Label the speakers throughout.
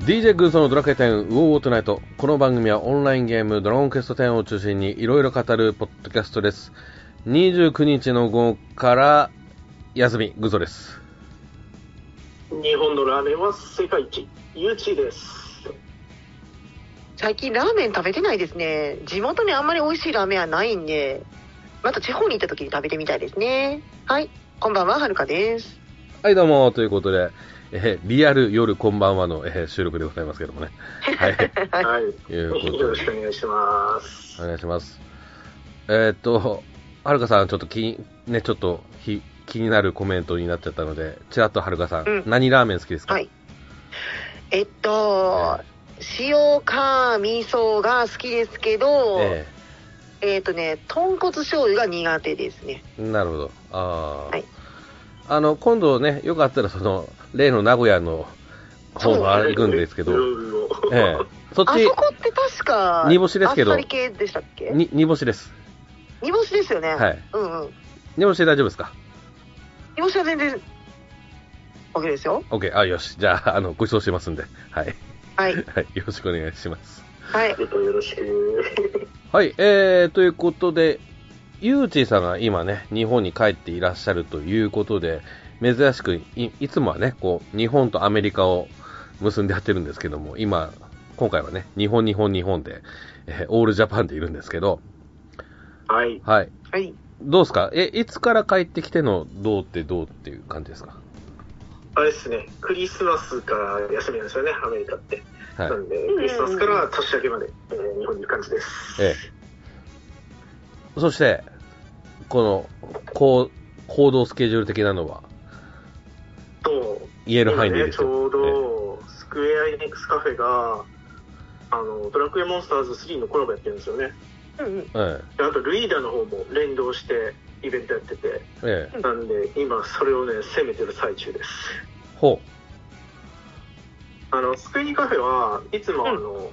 Speaker 1: DJ グーゾーのドラクエ10ウォーウォートナイト。この番組はオンラインゲームドラゴンクエスト10を中心にいろいろ語るポッドキャストです。29日の午後から休み、グーゾーです。
Speaker 2: 日本のラーメンは世界一ゆうちーです
Speaker 3: 最近ラーメン食べてないですね地元にあんまり美味しいラーメンはないんでまた地方に行った時に食べてみたいですねはいこんばんははるかです
Speaker 1: はい、どうも、ということで、えーリアル夜こんばんはの、えー収録でございますけどもね。 はい、
Speaker 2: はい、
Speaker 1: いうことで
Speaker 2: よろしくお願いします
Speaker 1: お願いします。えーっと、はるかさん、ちょっと気に、ね、ちょっとひ気になるコメントになっちゃったので、ちらっとはるかさん、
Speaker 3: うん
Speaker 1: 何ラーメン好きですか
Speaker 3: はいえっと
Speaker 1: え
Speaker 3: 塩か味噌が好きですけどえ
Speaker 1: え
Speaker 3: っとね豚骨醤油が苦手ですね
Speaker 1: えなるほど。ああ、
Speaker 3: はい
Speaker 1: あの、今度ね、よかったら、その、例の名古屋の方のあれ行くんですけど、ええそっ
Speaker 3: あ
Speaker 1: ち
Speaker 3: そ、こって確か
Speaker 1: 煮干しですけど
Speaker 3: あっさり系でしたっけ
Speaker 1: に、煮干しです。
Speaker 3: 煮干しですよね、
Speaker 1: はい。
Speaker 3: うんうん
Speaker 1: 煮干しで大丈夫ですか
Speaker 3: 煮干しは全然 OK ですよ
Speaker 1: ?OK、あ、よし。じゃあ、あの、ご馳走しますんで、はい。
Speaker 3: は
Speaker 1: は
Speaker 3: い
Speaker 1: い。よろしくお願いします。
Speaker 3: はい
Speaker 2: よろしく
Speaker 1: はい、えー、ということで、ゆうちーさんが今ね、日本に帰っていらっしゃるということで、珍しくい、いつもはね、こう、日本とアメリカを結んでやってるんですけども、今、今回はね、日本、日本、日本で、えーオールジャパンでいるんですけど、
Speaker 2: はい
Speaker 1: はい。
Speaker 3: はい
Speaker 1: どうですかえ、いつから帰ってきての、どうってどうっていう感じですか
Speaker 2: あれですねクリスマスから休みなんですよねアメリカって、
Speaker 1: はい
Speaker 2: な。んでクリスマスから年明けまで、えー日本にいる感じです
Speaker 1: ええ。そして、この、こう、行動スケジュール的なのは、
Speaker 2: と
Speaker 1: 言える範囲でいいです
Speaker 2: 今ねちょ
Speaker 1: よ
Speaker 2: うどスクエア・エニックスカフェがあのドラクエモンスターズ3のコラボやってるんですよね
Speaker 3: うんうん
Speaker 1: え
Speaker 2: であとルイーダの方も連動してイベントやってて
Speaker 1: え。ええ。
Speaker 2: なんで今それをね攻めてる最中です
Speaker 1: ほ
Speaker 2: あのスクイーンカフェはいつもあの、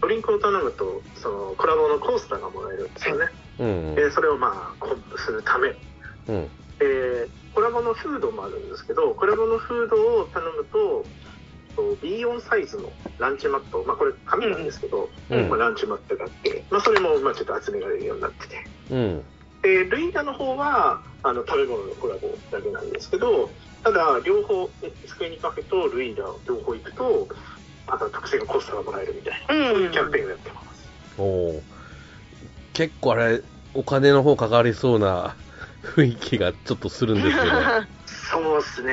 Speaker 2: ドリンクを頼むとそのコラボのコースターがもらえるんですよね、
Speaker 1: う。うん、うん
Speaker 2: でそれをまあコンプするため
Speaker 1: うん。
Speaker 2: でコラボのフードもあるんですけどコラボのフードを頼むとと B4 サイズのランチマット、まあ、これ紙なんですけど、
Speaker 1: うん
Speaker 2: まあ、ランチマットがあって、まあ、それもまあちょっと集められるようになってて
Speaker 1: うん。
Speaker 2: でルイダの方はあの食べ物のコラボだけなんですけどただ両方スクエニカフェとルイダ両方行くとまた特製のコースターがもらえるみたいな、そういうキャンペーンをやってます
Speaker 1: おお。結構あれ、お金の方かかりそうな 雰囲気がちょっとするんですけど。
Speaker 2: そうですね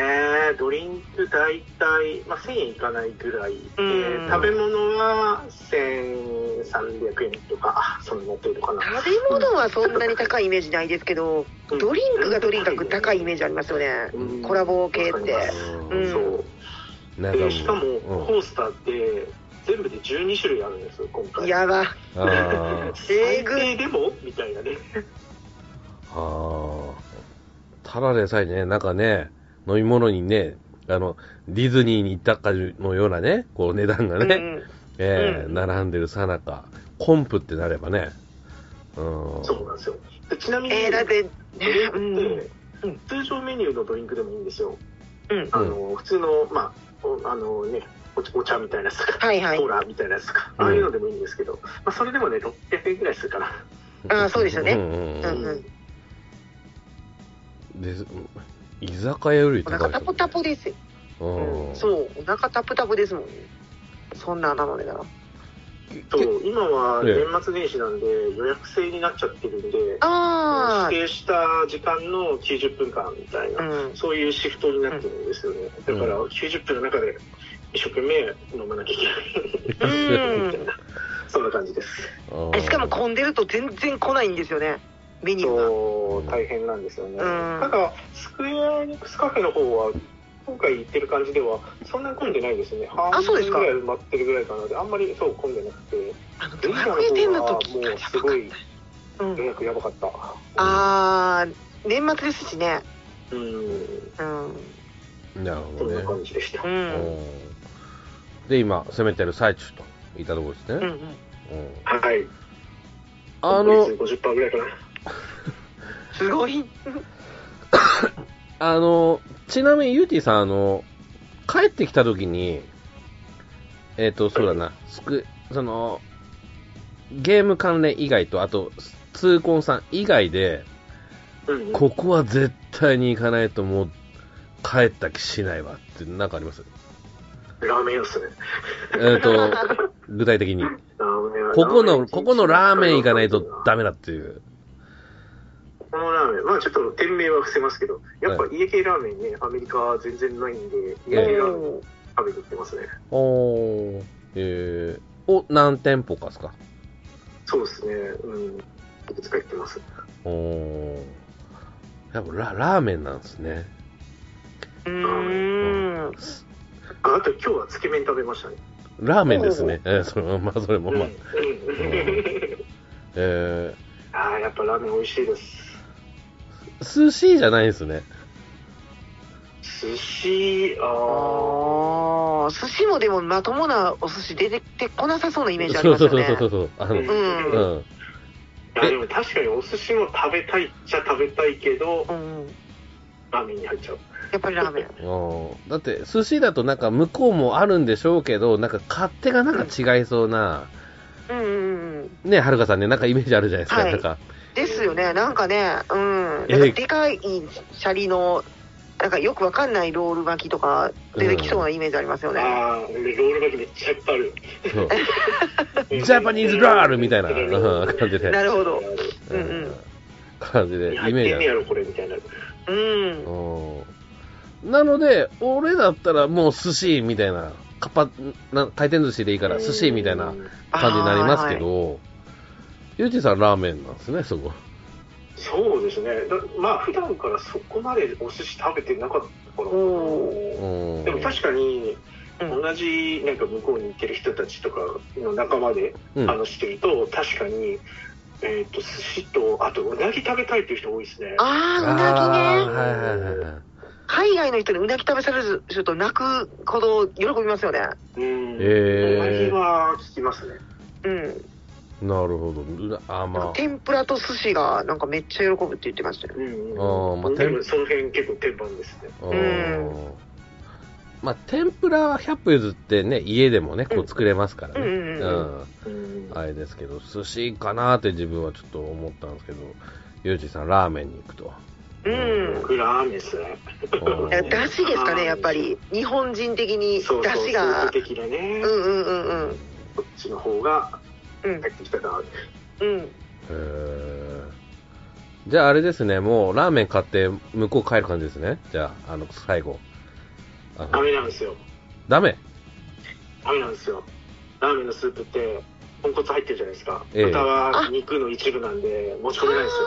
Speaker 2: ドリンク大体、まあ、1000円いかないぐらいで
Speaker 3: うん
Speaker 2: 食べ物は1300円とかそんなもっといるかな
Speaker 3: 食べ物はそんなに高いイメージないですけど、
Speaker 2: うん
Speaker 3: ドリンクがとにかく高いイメージありますよね、
Speaker 2: うん
Speaker 3: コラボ系って
Speaker 2: わかります
Speaker 3: うん
Speaker 2: そう
Speaker 1: なんか
Speaker 2: でしかも
Speaker 1: うん
Speaker 2: コースターって全部で12種類あるんですよ今回
Speaker 3: やば
Speaker 1: あー
Speaker 2: 最低でもみたいなね
Speaker 1: あー。ただでさえね、なんかね、飲み物にね、あの、ディズニーに行ったかのようなね、こう値段が
Speaker 3: うん
Speaker 1: ね、
Speaker 3: うん
Speaker 1: ええ
Speaker 3: うん
Speaker 1: 並んでるさなか、コンプってなればね、うん。
Speaker 2: そうなんですよでちなみに、
Speaker 3: えー、だってね
Speaker 2: ドリン
Speaker 3: う
Speaker 2: ク
Speaker 3: ん
Speaker 2: って、
Speaker 3: うん
Speaker 2: 通常メニューのドリンクでもいいんですよ
Speaker 3: うん
Speaker 2: あの、普通のまあおあのねおお茶みたいなやつとか、
Speaker 3: はいはい
Speaker 2: コーラみたいなやつとか
Speaker 1: うん
Speaker 2: ああいうのでもいいんですけど、まあ、それでもね600円ぐらいするかな
Speaker 3: あーそうですよね
Speaker 1: うんうんうん
Speaker 3: うんうん
Speaker 1: で居酒屋より
Speaker 3: お
Speaker 1: 高い
Speaker 3: 腹
Speaker 1: ですもん
Speaker 3: タ
Speaker 1: ね
Speaker 3: ポタポですよ、
Speaker 1: うん
Speaker 3: そうお腹タポタポですもんねそんななのでだな
Speaker 2: と今は
Speaker 1: ええ
Speaker 2: 年末年始なんで予約制になっちゃってるんで
Speaker 3: あ
Speaker 2: 指定した時間の90分間みたいな、
Speaker 3: あうん
Speaker 2: そういうシフトになってるんですよね、だから90分の中で一生懸命飲まなきゃいけないみたいな、そんな感じです
Speaker 1: うん
Speaker 3: えしかも混んでると全然来ないんですよねメニューが
Speaker 2: そう大変なんですよね、
Speaker 3: ん
Speaker 2: ただスクエアエニックスカフェの方は今回行ってる感じではそんなに混んでないですね、半
Speaker 3: そうです
Speaker 2: 分
Speaker 3: か
Speaker 2: ぐらい埋まってるぐらいかなであんまりそう混んでなくて
Speaker 3: あのド
Speaker 2: ルイダ
Speaker 3: ラ
Speaker 2: の
Speaker 3: クエ10
Speaker 2: 方
Speaker 3: の
Speaker 2: は
Speaker 3: 時
Speaker 2: も
Speaker 3: がや
Speaker 2: う
Speaker 3: ば
Speaker 2: す
Speaker 3: かっ
Speaker 2: ごい
Speaker 3: た、う
Speaker 2: 予
Speaker 3: ん、
Speaker 2: 約やばかった
Speaker 3: ああ年末ですしね
Speaker 2: うん
Speaker 3: うん
Speaker 1: なるほ
Speaker 2: そ
Speaker 1: ど
Speaker 2: んな
Speaker 1: ね
Speaker 2: 感じでした、
Speaker 3: う
Speaker 1: うんんで今攻めてる最中といったところです
Speaker 3: うんう
Speaker 1: ね、
Speaker 3: ん
Speaker 1: うん
Speaker 2: はい
Speaker 1: あ
Speaker 2: 残
Speaker 1: の
Speaker 2: り率50%ぐらいかな
Speaker 3: すごい
Speaker 1: あのちなみにゆうてぃさんあの帰ってきた時にえっ、と、そうだな、すく、その、ゲーム関連以外と、あと、痛恨さん以外で、
Speaker 2: うんうん
Speaker 1: ここは絶対に行かないともう、帰った気しないわって、なんかあります
Speaker 2: ラーメン屋っすね。
Speaker 1: えっ、 と、具体的に。
Speaker 2: ラーメン屋
Speaker 1: ここの、ここのラーメン行かないとダメだっていう。
Speaker 2: このラーメン、まあちょっと店名は伏せますけど、やっぱ家系ラーメンね、アメリカは全然ないんで、家系ラーメン食べに行ってますね。
Speaker 1: おー、えー、を何店舗かですか
Speaker 2: そうですね、うん。いくつか行ってます。
Speaker 1: おー。やっぱララーメンなんですね。
Speaker 3: うーん。
Speaker 2: ああと今日はつけ麺食べましたね。
Speaker 1: ラーメンですね。えーそれまあ、それも、
Speaker 2: うん
Speaker 1: まあ、
Speaker 2: うん
Speaker 1: え
Speaker 2: ああ、やっぱラーメン美味しいです。
Speaker 1: ー、寿司じゃないんですね。
Speaker 2: 寿司、ああ。
Speaker 3: ああ、寿司もでもまともなお寿司出てこなさそうなイメージあ
Speaker 1: そ
Speaker 3: り
Speaker 1: う
Speaker 3: ます
Speaker 1: そう
Speaker 3: よ
Speaker 1: そう
Speaker 3: ね。
Speaker 1: そうそう。あの、
Speaker 2: う
Speaker 1: うんん。
Speaker 3: うん。
Speaker 2: いやでも確かにお寿司も食べたいっちゃ食べたいけど、
Speaker 3: うん。
Speaker 2: ラーメンに入っちゃう。
Speaker 3: やっぱりラーメン。
Speaker 1: あーだって、寿司だとなんか向こうもあるんでしょうけど、なんか勝手がなんか違いそうな、
Speaker 3: うんうんうん。
Speaker 1: ね、はるかさんね、なんかイメージあるじゃないですか。
Speaker 3: はい
Speaker 1: なんか、
Speaker 3: ですよね、なんかね、うん。
Speaker 1: え
Speaker 3: なんかでかいシャリの、なんかよくわかんないロール巻きとか出てきそうなイメージありますよね。
Speaker 2: ああ、俺ロール巻きめっちゃいっぱいある。
Speaker 1: そうジャパニーズラールみたいなうん感じで。
Speaker 3: なるほど。うんうん
Speaker 1: 感じで、イ
Speaker 2: 入っ
Speaker 1: メージ
Speaker 2: て
Speaker 1: あ
Speaker 2: んねや
Speaker 1: る。
Speaker 2: ろ、これみたいな。
Speaker 3: うん。
Speaker 1: うんなので、俺だったらもう寿司みたいな、かっぱ、な回転寿司でいいから寿司みたいな感じになりますけ
Speaker 3: あー。はい
Speaker 1: ど、ゆうちさんラーメンなんですね、そこ。
Speaker 2: そうですね。だまあ、普段からそこまでお寿司食べてなかったからかな
Speaker 3: お
Speaker 1: うん
Speaker 2: でも確かに、
Speaker 3: うん
Speaker 2: 同じなんか向こうに行ってる人たちとかの仲間で
Speaker 1: うん
Speaker 2: 話してると、確かに、えっ、と、寿司と、あと、うなぎ食べたいっていう人多いですね。
Speaker 3: あー、うなぎね。
Speaker 1: あーはいはいはいはい
Speaker 3: 海外の人にうなぎ食べされると泣くほど喜びますよね。
Speaker 2: うん。
Speaker 1: えー
Speaker 2: うなぎは聞きますね。
Speaker 3: うん。
Speaker 1: なるほど。うなあー、まあ。
Speaker 3: 天ぷらと寿司がなんかめっちゃ喜ぶって言ってましたよ。
Speaker 2: うん、
Speaker 1: あーまあ
Speaker 2: でもその辺結構定番ですね。
Speaker 1: うん
Speaker 3: ん
Speaker 1: まあ、天ぷらは100歩譲ってね、家でもね、こう作れますからね。
Speaker 3: うんうんうん
Speaker 2: うん
Speaker 1: あれですけど、寿司かなーって自分はちょっと思ったんですけど、ゆうじさん、ラーメンに行くと。
Speaker 3: うん。
Speaker 2: 僕ラーメンですね。
Speaker 1: うん
Speaker 3: だしですかね、やっぱり。日本人的に
Speaker 2: そうそう、
Speaker 3: だしが。
Speaker 2: スープ的な
Speaker 3: う
Speaker 2: ね、
Speaker 3: んうんうんうん。
Speaker 2: こっちの方が
Speaker 3: うん
Speaker 2: 入ってきたな。
Speaker 3: うん。
Speaker 1: へーじゃああれですね、もうラーメン買って向こう帰る感じですね。じゃあ、あの、最後。あの
Speaker 2: ダメなんですよ。
Speaker 1: ダメ
Speaker 2: ダメなんですよ。ラーメンのスープって、豚骨入ってるじゃないですか。
Speaker 1: ええ
Speaker 2: 豚は肉の一部なんで、持ち込めないんですよ。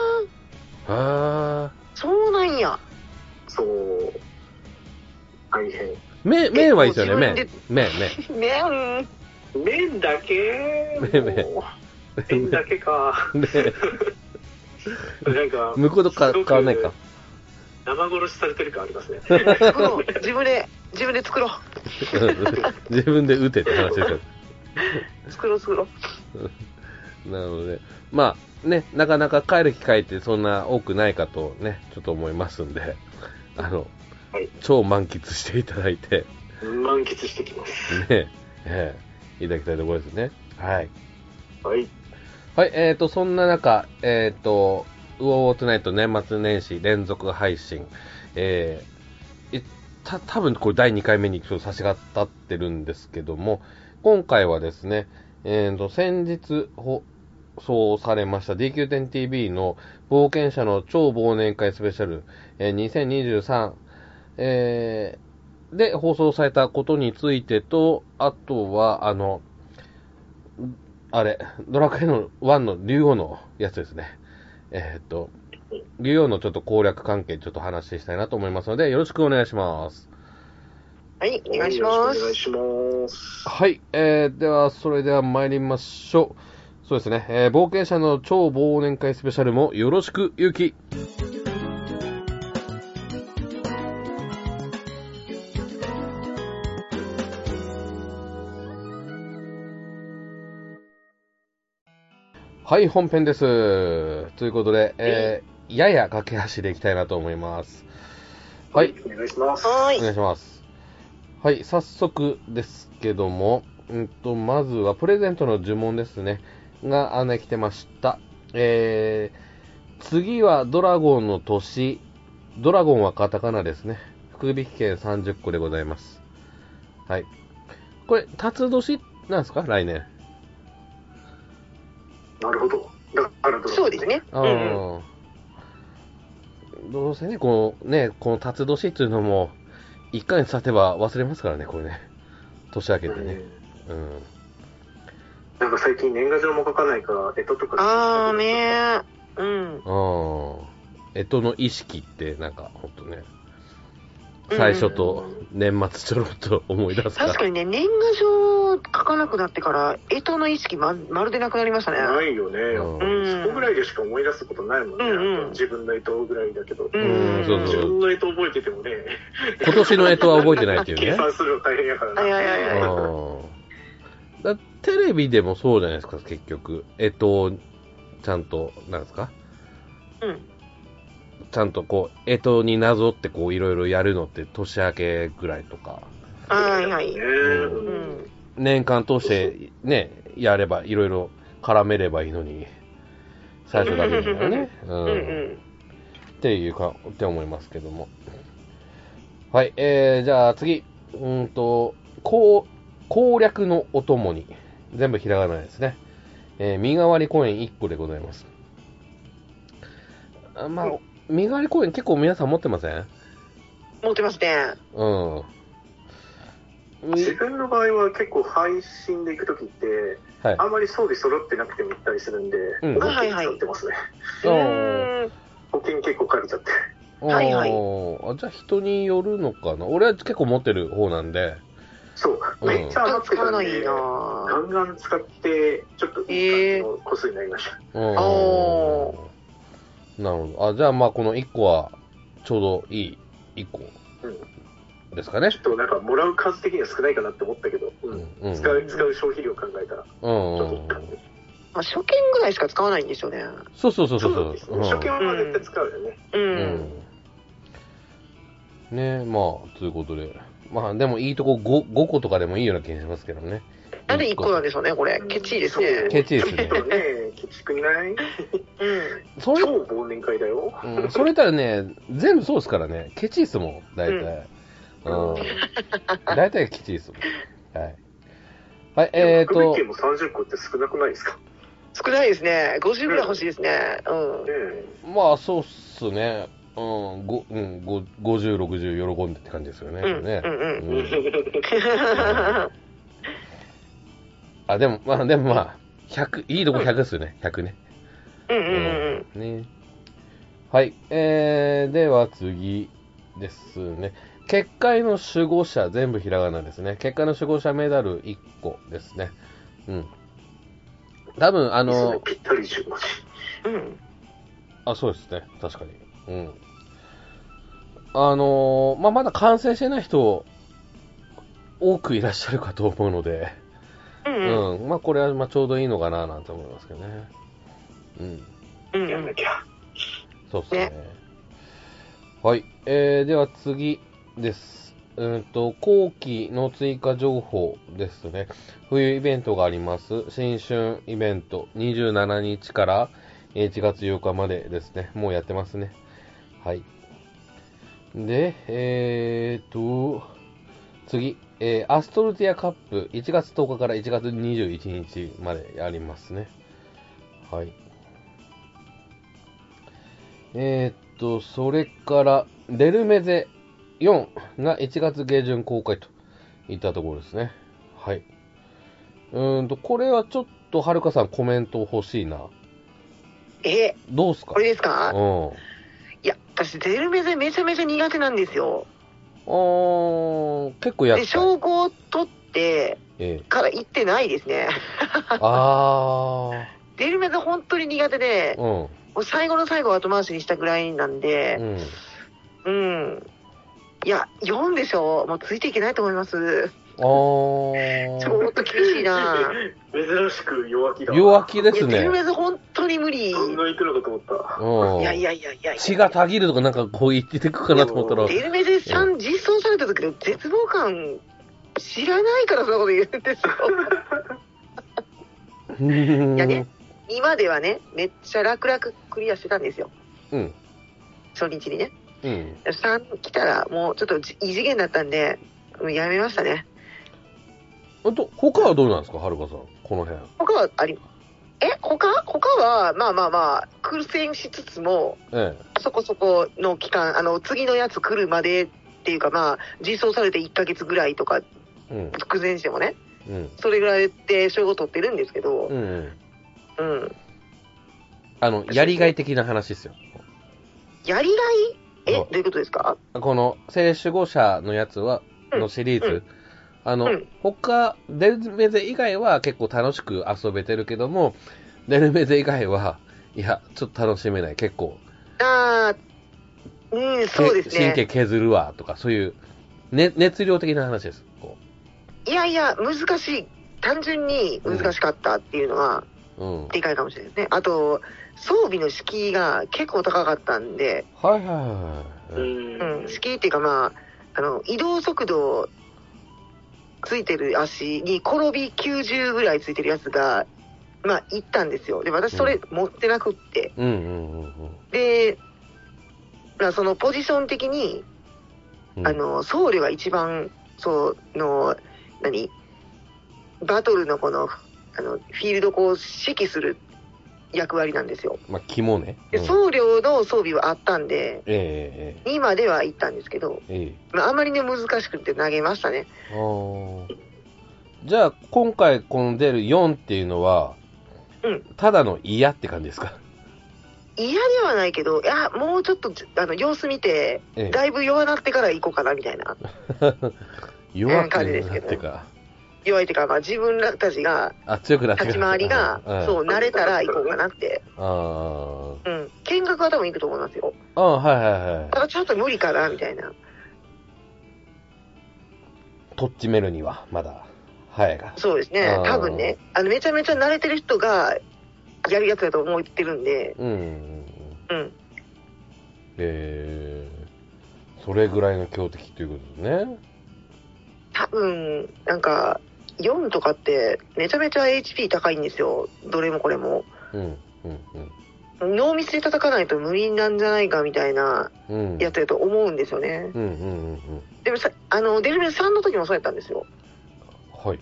Speaker 3: あー
Speaker 1: あ
Speaker 3: そうなんや。
Speaker 2: そう。大変。
Speaker 1: ー。麺、麺はいいですよね、
Speaker 3: もう
Speaker 1: 麺
Speaker 3: 自分。
Speaker 1: 麺、麺。
Speaker 3: ね、
Speaker 2: 麺だけ
Speaker 1: 麺麺
Speaker 2: もう麺だけか。
Speaker 1: で、
Speaker 2: なんか、
Speaker 1: 向こうとか
Speaker 2: すご
Speaker 1: 変
Speaker 2: く
Speaker 1: わんないか。
Speaker 2: 生殺しされてる感ありま すね。
Speaker 3: うん。作ろう。自分で、自分で作ろ
Speaker 1: 自分で打てって話ですよ。
Speaker 3: う。作ろう作ろう。
Speaker 1: なので、まあね、なかなか帰る機会ってそんな多くないかとね、ちょっと思いますんで、あの、
Speaker 2: はい
Speaker 1: 超満喫していただいて、
Speaker 2: 満喫してきます。
Speaker 1: ね、ええいただきたいところですね。はい。
Speaker 2: はい。
Speaker 1: はい、えーと、そんな中、えーと、ウォートナイト年末年始連続配信、えー、いた、多分これ第2回目にちょっと差し掛かってるんですけども、今回はですね、えーと、先日放送されました DQ10TV の冒険者の超忘年会スペシャル、えー2023、えーで放送されたことについてと、あとは、あの、あれ、ドラクエの1の竜王のやつですね。えーっと、竜王のちょっと攻略関係ちょっと話したいなと思いますので、よろしくお願いします。
Speaker 3: はい、お願いします
Speaker 2: お。願いします。
Speaker 1: はい、えー、では、それでは参りましょう。そうですね、えー冒険者の超忘年会スペシャルもよろしく、ゆうき。はい、本編です。ということで、えーやや駆け足でいきたいなと思います。はい、
Speaker 2: お願いします。
Speaker 3: は
Speaker 1: お願い
Speaker 3: い。
Speaker 1: します。はい、早速ですけども、うんと、まずはプレゼントの呪文ですね。が、あの、来てました。えー、次はドラゴンの年。ドラゴンはカタカナですね。福引券30個でございます。はい。これ、辰年なんですか来年。
Speaker 2: なるほど。だからど
Speaker 3: そうです。ね。う
Speaker 1: あ
Speaker 3: んうん。
Speaker 1: ーどうせね、このね、この辰年っていうのも、1ヶ月経てば忘れますからね、これね。年明け
Speaker 2: う
Speaker 1: てね。
Speaker 2: ん
Speaker 1: うん。
Speaker 2: なんか最近年賀状も書かないから、えととか。
Speaker 3: あーねー。うん。
Speaker 1: ああ、えとの意識って、なんか、ほんとね、最初と年末ちょろっと思い出すから。
Speaker 3: 確かにね、年賀状書かなくなってから、干支の意識ままるでなくなりましたね。
Speaker 2: ないよね。
Speaker 1: うん
Speaker 3: うん
Speaker 2: そこぐらいでしか思い出すことないもんね。
Speaker 3: うんうん
Speaker 2: 自分のえとぐらいだけど。
Speaker 3: う
Speaker 1: うんそうう
Speaker 2: 自
Speaker 1: そ
Speaker 2: 分のえと覚えててもね、
Speaker 1: 今年のえとは覚えてないっていう
Speaker 2: 計
Speaker 1: ね。
Speaker 2: 算するの大変やから
Speaker 3: あい
Speaker 2: な。
Speaker 3: やいやいや。
Speaker 1: うんだテレビでもそうじゃないですか、結局。えと、ちゃんと、なんですか
Speaker 3: うん。
Speaker 1: ちゃんとこう、えとになぞってこう、いろいろやるのって年明けぐらいとか、
Speaker 3: はいはい
Speaker 2: ね。
Speaker 1: う
Speaker 3: うん。
Speaker 1: 年間通してね、やれば、いろいろ絡めればいいのに、最初だけだよね。う
Speaker 3: うんうん。
Speaker 1: っていうか、って思いますけども。はい、えー、じゃあ次。うーんと、攻、攻略のお供に。全部ひらがなですね。えー、身代わり公演1個でございます。あまあ、身代わり公演結構皆さん持ってません
Speaker 3: 持ってますね。
Speaker 1: うん。み
Speaker 2: 自分の場合は結構配信で行くときって、
Speaker 1: はい
Speaker 2: あ。んまり装備揃ってなくても行ったりするんで、
Speaker 1: うん
Speaker 2: 保険使ってますね。
Speaker 3: う
Speaker 1: あ
Speaker 3: ーん。
Speaker 2: 保険結構借りちゃって。
Speaker 1: ー
Speaker 3: はいはい
Speaker 1: あじゃあ人によるのかな俺は結構持ってる方なんで。
Speaker 2: そう、
Speaker 1: うん
Speaker 2: めっちゃ余って
Speaker 3: 使わ
Speaker 2: たん
Speaker 3: な
Speaker 2: で
Speaker 3: い、なぁ
Speaker 2: ガンガン使って、ちょっといい感じの個数になりました。
Speaker 1: う
Speaker 3: お
Speaker 1: ん。なるほど。あ、じゃあまあこの1個はちょうどいい1個ですかね。
Speaker 2: ちょっとなんかもらう数的には少ないかなって思ったけど、うん
Speaker 1: うん
Speaker 2: 使う使う消費量考えたら、ち
Speaker 1: う
Speaker 2: ょっといい
Speaker 1: ん
Speaker 2: 感じ。
Speaker 3: まあ、初見ぐらいしか使わないんですよね。
Speaker 1: そうそうそうそ
Speaker 2: そううです
Speaker 1: そ
Speaker 2: ね。
Speaker 1: う。
Speaker 2: 初見は絶対使うよね。
Speaker 3: う。
Speaker 1: うんん。ねまあ、ということで。まあ、でもいいとこ 5, 5個とかでもいいような気がしますけどね。
Speaker 3: なんで1個なんですしょうね、これ。ケチいですね。
Speaker 1: ケチいですね
Speaker 2: ちょっとね、ケチくない
Speaker 3: うん。
Speaker 1: それ、
Speaker 2: 超忘年会だよ。
Speaker 1: うん、それたらね、全部そうですからね。ケチいっすもん、大体。うん。大体ケチいっすもん。はい。はい、えー
Speaker 2: 福引
Speaker 1: と
Speaker 2: 券、も30個って少なくないですかね
Speaker 3: 少ないですね。50ぐらい欲しいですね。うん。
Speaker 2: え
Speaker 1: まあ、そうっすね。うん、ごうん、ご50、60喜んでって感じですよね。
Speaker 3: うんうん
Speaker 1: ね
Speaker 3: うん
Speaker 1: うん
Speaker 3: は
Speaker 1: あ、でも、まあ、でもまあ、100、いいとこ100っすよね。100ね。
Speaker 3: うんうん
Speaker 1: ね。はい。えー、では次ですね。結界の守護者、全部ひらがなですね。結界の守護者メダル1個ですね。うん。多分、あ
Speaker 2: あ
Speaker 1: の、
Speaker 2: ぴったり10文字。
Speaker 3: うんうん。
Speaker 1: あ、そうですね。確かに。うん。あのーまあ、まだ完成してない人、多くいらっしゃるかと思うので、
Speaker 3: うん
Speaker 1: う
Speaker 3: うん
Speaker 1: ん。まあ、これは、まあ、ちょうどいいのかな、なんて思いますけどね。うん。
Speaker 3: うんう。
Speaker 2: やんなんきゃ。
Speaker 1: そうですね。はい。えー、では次です。うーんと、後期の追加情報ですね。冬イベントがあります。新春イベント27日からえー1月8日までですね。もうやってますね。はい。で、えーと、次、えーアストルティアカップ1月10日から1月21日までやりますね。はい。えーっと、それから、デルメゼ4が1月下旬公開といったところですね。はい。うーんと、これはちょっと、はるかさんコメント欲しいな。
Speaker 3: え、
Speaker 1: どうすか
Speaker 3: これです
Speaker 1: うん。あ
Speaker 3: かいや、私、デルメゼめちゃめちゃ苦手なんですよ。
Speaker 1: ー、結構やっ
Speaker 3: で、
Speaker 1: た。
Speaker 3: 称号取って
Speaker 1: ええ。
Speaker 3: から行ってないですね。
Speaker 1: あ
Speaker 3: デルメゼ本当に苦手で
Speaker 1: ー。、うん。
Speaker 3: もう最後の最後後回しにしたぐらいなん
Speaker 1: う
Speaker 3: で、
Speaker 1: ん。
Speaker 3: うん。いや、4でしょ。もうついていけないと思います。
Speaker 1: あー。
Speaker 3: ちょっと厳しいな。
Speaker 2: 珍しく弱気だわ。
Speaker 1: 弱 気で
Speaker 3: いや、
Speaker 1: す
Speaker 3: デ
Speaker 1: ね
Speaker 3: ル。メゼ本当に無理。い
Speaker 2: そんな行くのかと思っ
Speaker 1: う
Speaker 2: た。
Speaker 1: ん。
Speaker 3: やいやいやいやいや。
Speaker 1: 血がたぎるとかなんかこう言っててくかなと思ったら。
Speaker 3: デルメゼさん実装された時の絶望感知らないからそんなこと言うんですよ。
Speaker 1: い
Speaker 3: いやね。今ではね、めっちゃ楽々クリアしてたんですよ。
Speaker 1: うん。
Speaker 3: 初日にね。
Speaker 1: うん。
Speaker 3: 3来たらもうちょっと異次元だったんで、もうやめましたね。
Speaker 1: あと、他はどうなんですか、はるかさん。この辺。
Speaker 3: 他はあり、え他他は、まあまあまあ、苦戦しつつも、
Speaker 1: え
Speaker 3: そこそこの期間、あの、次のやつ来るまでっていうかまあ、実装されて1ヶ月ぐらいとか、
Speaker 1: え。うん。
Speaker 3: 苦戦してもね、
Speaker 1: うん。
Speaker 3: それぐらいで称号取ってるんですけど
Speaker 1: う、ん、うん。
Speaker 3: うん。
Speaker 1: あの、やりがい的な話ですよ。
Speaker 3: やりがいえ、
Speaker 1: そう
Speaker 3: どういうことですか
Speaker 1: この、聖守護者のやつは、
Speaker 3: うん
Speaker 1: のシリーズ。
Speaker 3: うん
Speaker 1: あの、
Speaker 3: うん
Speaker 1: 他、デルメゼ以外は結構楽しく遊べてるけども、デルメゼ以外は、いや、ちょっと楽しめない。結構、
Speaker 3: あー、うん、そうです
Speaker 1: 神
Speaker 3: ね。
Speaker 1: 経削るわ、とか、そういう、ね、熱量的な話です。こ
Speaker 3: いやいや、難しい。単純に難しかったっていうのは、
Speaker 1: う。うん。
Speaker 3: でかいかもしれないですね。あと、装備の敷居が結構高かったんで、
Speaker 1: はいはいはいはい。
Speaker 3: うんん、敷居っていうかまあ、あの、移動速度、ついてる足に転び90ぐらいついてるやつが、まあ、行ったんですよ。で、私それ持ってなくって。
Speaker 1: うんうんうんうん
Speaker 3: で、まあ、そのポジション的に、
Speaker 1: うん。
Speaker 3: あの、僧侶が一番、そう、の、何バトルのこの、あの、フィールドをこう指揮する役割なんですよ。
Speaker 1: まあ、肝ね。
Speaker 3: で
Speaker 1: うん
Speaker 3: 送料の装備はあったんで、
Speaker 1: ええ
Speaker 3: 2までは行ったんですけど、
Speaker 1: ええええ
Speaker 3: まあ、あまりね、難しくて投げましたね。
Speaker 1: えああ。じゃあ、今回この出る4っていうのは、
Speaker 3: うん
Speaker 1: ただの嫌って感じですか。
Speaker 3: 嫌ではないけど、いや、もうちょっと、あの、様子見て、
Speaker 1: え
Speaker 3: だいぶ弱なってから行こうかな、みたいな。
Speaker 1: え、弱く
Speaker 3: 感じです
Speaker 1: なっ
Speaker 3: けど
Speaker 1: てか、
Speaker 3: 弱いっていうか、まあ、自分らたち が、
Speaker 1: あ、強くなって。
Speaker 3: 立ち回りが、そうう、慣れたら行こうかなって。
Speaker 1: あ
Speaker 3: うん。見学は多分行くと思いますよ。
Speaker 1: あ。ああ、はいはいはい
Speaker 3: た。だちょっと無理かな、みたいな。
Speaker 1: とっちめるには、まだ、早いが。
Speaker 3: そうですね
Speaker 1: あ。ー
Speaker 3: 多分ね、あの、めちゃめちゃ慣れてる人が、やるやつだと思ってるんで、
Speaker 1: うんうんうん。
Speaker 3: うん。
Speaker 1: ええそれぐらいの強敵ということですね。
Speaker 3: 多分なんか4とかってめちゃめちゃ HP 高いんですよどれもこれも
Speaker 1: うん、うん、うん。
Speaker 3: ノーミスで叩かないと無理なんじゃないかみたいな
Speaker 1: うん。
Speaker 3: やつだと思うんですよね
Speaker 1: うんうんうんうん。
Speaker 3: でもさあのデルメ3の時もそうやったんですよ
Speaker 1: はい。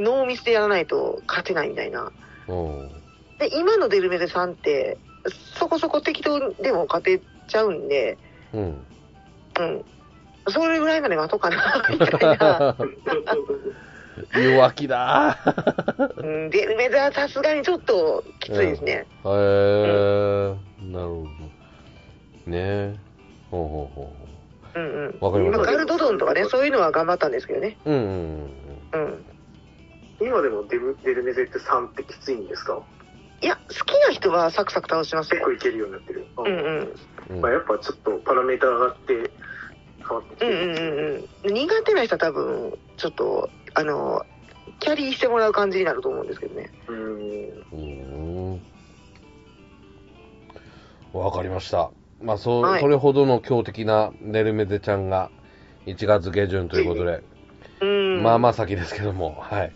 Speaker 3: ノーミスでやらないと勝てないみたいな
Speaker 1: うん。
Speaker 3: で今のデルメで3ってそこそこ適当でも勝てちゃうんで
Speaker 1: うん。
Speaker 3: うんそれぐらいまで待とうかな みたいな、
Speaker 1: 弱気だー。
Speaker 3: うん、デルメザはさすがにちょっときついですね、
Speaker 1: へえー、なるほど。ねえ。ほうほうほ
Speaker 3: うんうん
Speaker 1: わかりまし
Speaker 3: まあ、
Speaker 1: た
Speaker 3: ガルドドンとかねそういうのは頑張ったんですけどね
Speaker 1: う。うんうんうん。
Speaker 3: うん
Speaker 2: 今でもデブデルメゼって3ってきついんですか
Speaker 3: いや好きな人はサクサク倒します
Speaker 2: 結
Speaker 3: よ
Speaker 2: 構いけるようになってる、
Speaker 3: うんうん
Speaker 1: うん
Speaker 2: まあ、やっぱちょっとパラメーター上がって変わってき
Speaker 3: う
Speaker 2: て
Speaker 3: んうんうんうん苦手な人は多分ちょっとあのキャリーしてもらう感じになると思うんですけどね
Speaker 2: うん
Speaker 1: うーん。わかりました。まあ、そう、
Speaker 3: はい
Speaker 1: それほどの強敵なネルメゼちゃんが1月下旬ということで、
Speaker 3: うん
Speaker 1: まあまあ先ですけども、はい。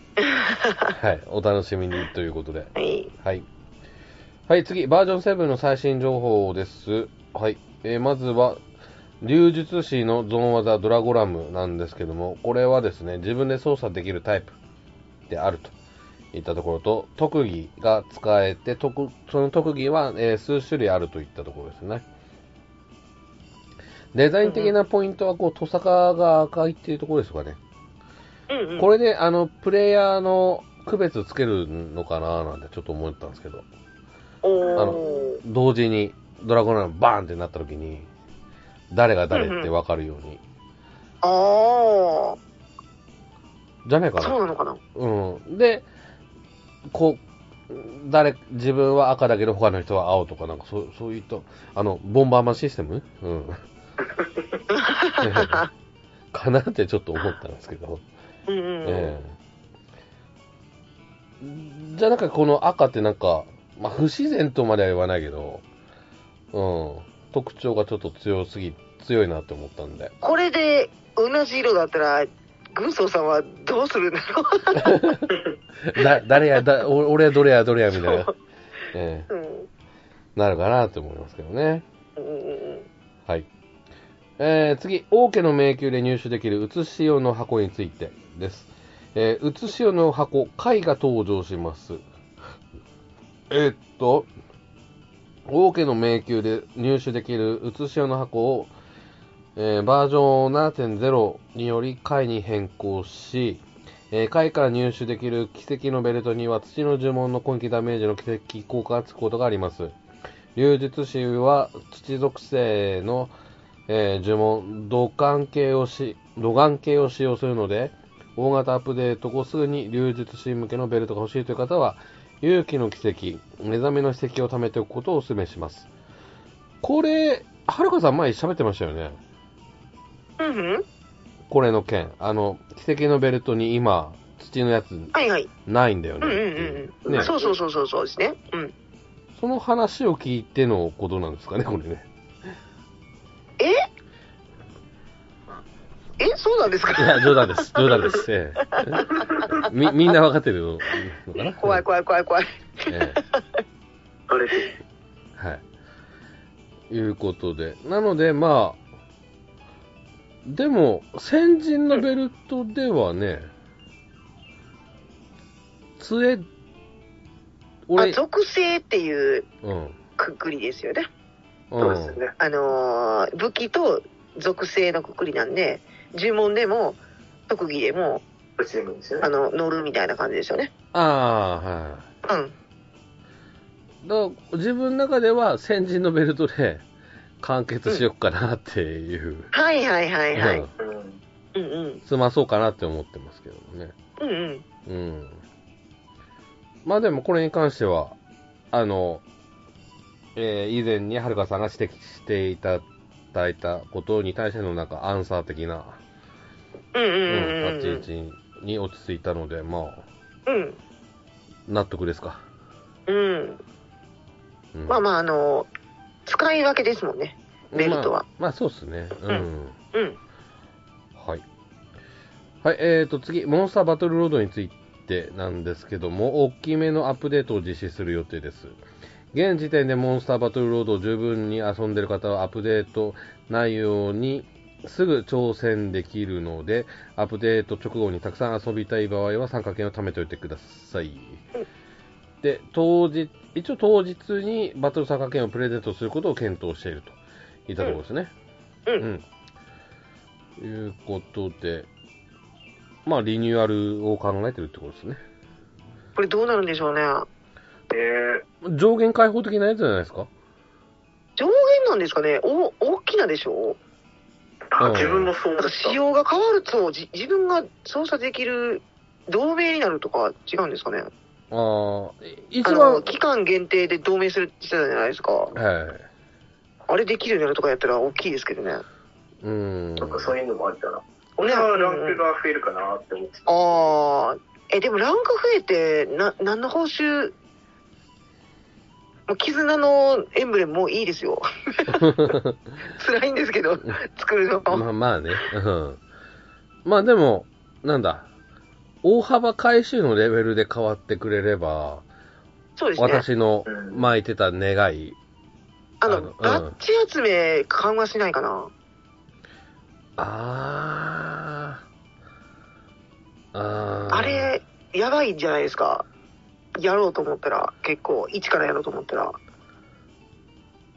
Speaker 1: はい。お楽しみにということで。
Speaker 3: はい
Speaker 1: はい。はい、次、バージョン7の最新情報です。はい。えーまずは、流術師のゾーン技ドラゴラムなんですけども、これはですね、自分で操作できるタイプであるといったところと、特技が使えて、特その特技は、えー数種類あるといったところですね。デザイン的なポイントは、こう、トサカが赤いっていうところですかね。
Speaker 3: うんうん
Speaker 1: これで、あの、プレイヤーの区別つけるのかななんてちょっと思ったんですけど。あ
Speaker 3: お
Speaker 1: の同時にドラゴンラインバーンってなった時に誰が誰って分かるように、
Speaker 3: ああ
Speaker 1: じゃねえか
Speaker 3: ーそう
Speaker 1: な
Speaker 3: なのかな
Speaker 1: うんでこう誰自分は赤だけど他の人は青とかなんかそうそういったあのボンバーマンシステムうん かなってちょっと思ったんですけど、
Speaker 3: うんうん、
Speaker 1: ええじゃあなんかこの赤ってなんか、まあ、不自然とまでは言わないけど、うん、特徴がちょっと強すぎ、強いなって思ったんで。
Speaker 3: これで同じ色だったら軍曹さんはどうするんだろ
Speaker 1: だ 誰やだお俺はどれやどれやみたいな、え
Speaker 3: う。うん
Speaker 1: えなるかなと思いますけどね
Speaker 3: うんうんうん
Speaker 1: はい、えー次王家の迷宮で入手できる写し用の箱についてです、えー、写し用の箱貝が登場しますえーっと王家の迷宮で入手できる写し用の箱を、えーバージョン7.0により貝に変更し、えー貝から入手できる奇跡のベルトには土の呪文の今季ダメージの奇跡効果がつくことがあります流術師は土属性の、えー呪文土管系をし土眼系を使用するので大型アップデート後すぐに流術師向けのベルトが欲しいという方は勇気の奇跡目覚めの奇跡を貯めておくことをお勧めしますこれはるかさん前喋ってましたよね
Speaker 3: うんうん
Speaker 1: これの件あの奇跡のベルトに今土のやつ
Speaker 3: はいはい
Speaker 1: ないんだよ
Speaker 3: う
Speaker 1: ね
Speaker 3: ん
Speaker 1: っ
Speaker 3: う
Speaker 1: てい
Speaker 3: ん
Speaker 1: ううん
Speaker 3: う
Speaker 1: ね
Speaker 3: んそうそうそうそうそうですねうん
Speaker 1: その話を聞いてのことなんですかねこれね
Speaker 3: ええそうなんですか
Speaker 1: いや、冗談です。冗談です。ええ、み、みんなわかってるのかな
Speaker 3: 怖い怖い怖い怖い
Speaker 1: え
Speaker 2: あれです
Speaker 1: えはい。いうことで。なので、まあ、でも、先人のベルトではね、杖、
Speaker 3: あ
Speaker 1: 俺、
Speaker 3: 属性っていう
Speaker 1: うん。
Speaker 3: くくりですよね
Speaker 2: そううですよ
Speaker 1: ん。
Speaker 2: ね
Speaker 3: あのー武器と属性のくくりなんで呪文でも特技でも
Speaker 2: うちでもいいですよ
Speaker 3: あ
Speaker 2: ね
Speaker 3: の乗るみたいな感じですよね
Speaker 1: ああー、はい。
Speaker 3: うん
Speaker 1: だから自分の中では先人のベルトで完結しよっかなっていう、
Speaker 3: はいはいはいはい、
Speaker 1: うん
Speaker 2: うん
Speaker 3: うん、うん
Speaker 1: 済まそうかなって思ってますけどね。
Speaker 3: うんうん
Speaker 1: うん。まあでもこれに関しては、あの、えー以前にはるかさんが指摘していただいたことに対してのなんかアンサー的な、
Speaker 3: うんう
Speaker 1: うん
Speaker 3: うんうん
Speaker 1: 立ち位置に落ち着いたので、まあ、
Speaker 3: うん
Speaker 1: 納得ですか。
Speaker 3: うん
Speaker 1: うん
Speaker 3: まあまああの使い分けですもんねベルト
Speaker 1: ま
Speaker 3: は
Speaker 1: あ、まあそうですね。う。
Speaker 3: うんうん
Speaker 1: はい。はい、えーと、次、モンスターバトルロードについてなんですけども、大きめのアップデートを実施する予定です。現時点でモンスターバトルロードを十分に遊んでいる方は、アップデート内容にすぐ挑戦できるので、アップデート直後にたくさん遊びたい場合は、参加券を貯めておいてください。で、当日、一応当日にバトル参加券をプレゼントすることを検討しているといったところですね。
Speaker 3: うんうん
Speaker 1: うん。いうことで、まあ、リニューアルを考えてるってことですね。
Speaker 3: これどうなるんでしょうね
Speaker 2: え
Speaker 1: 上限開放的なやつじゃないですか
Speaker 3: 上限なんですかねお大きなでしょ
Speaker 2: ーあ
Speaker 1: うん
Speaker 2: 自分もそう思
Speaker 3: なん
Speaker 2: っ
Speaker 3: か
Speaker 2: た
Speaker 3: 仕様が変わるとじ自分が操作できる同盟になるとか違うんですかね
Speaker 1: ああ、い一
Speaker 3: あ
Speaker 1: 番、は
Speaker 3: の
Speaker 1: い
Speaker 3: 期間限定で同盟するって言ってたじゃないですか。あれできるようになるとかやったら大きいですけどね
Speaker 1: うん。
Speaker 2: なんかそういうのもあったら俺はランクが増えるかなって思ってた
Speaker 3: ああえでもランク増えてな何の報酬もう絆のエンブレムもいいで すよ辛いんですけど作るの、
Speaker 1: まあまあね。うん。まあでも、なんだ。大幅回収のレベルで変わってくれれば、
Speaker 3: そうですね
Speaker 1: 私の
Speaker 2: うん
Speaker 1: 巻いてた願い、
Speaker 3: あの
Speaker 1: あのうん
Speaker 3: ガッチ集め緩和しないかな
Speaker 1: あー。あー。
Speaker 3: あれやばいんじゃないですかやろうと思ったら結構一からやろうと思ったら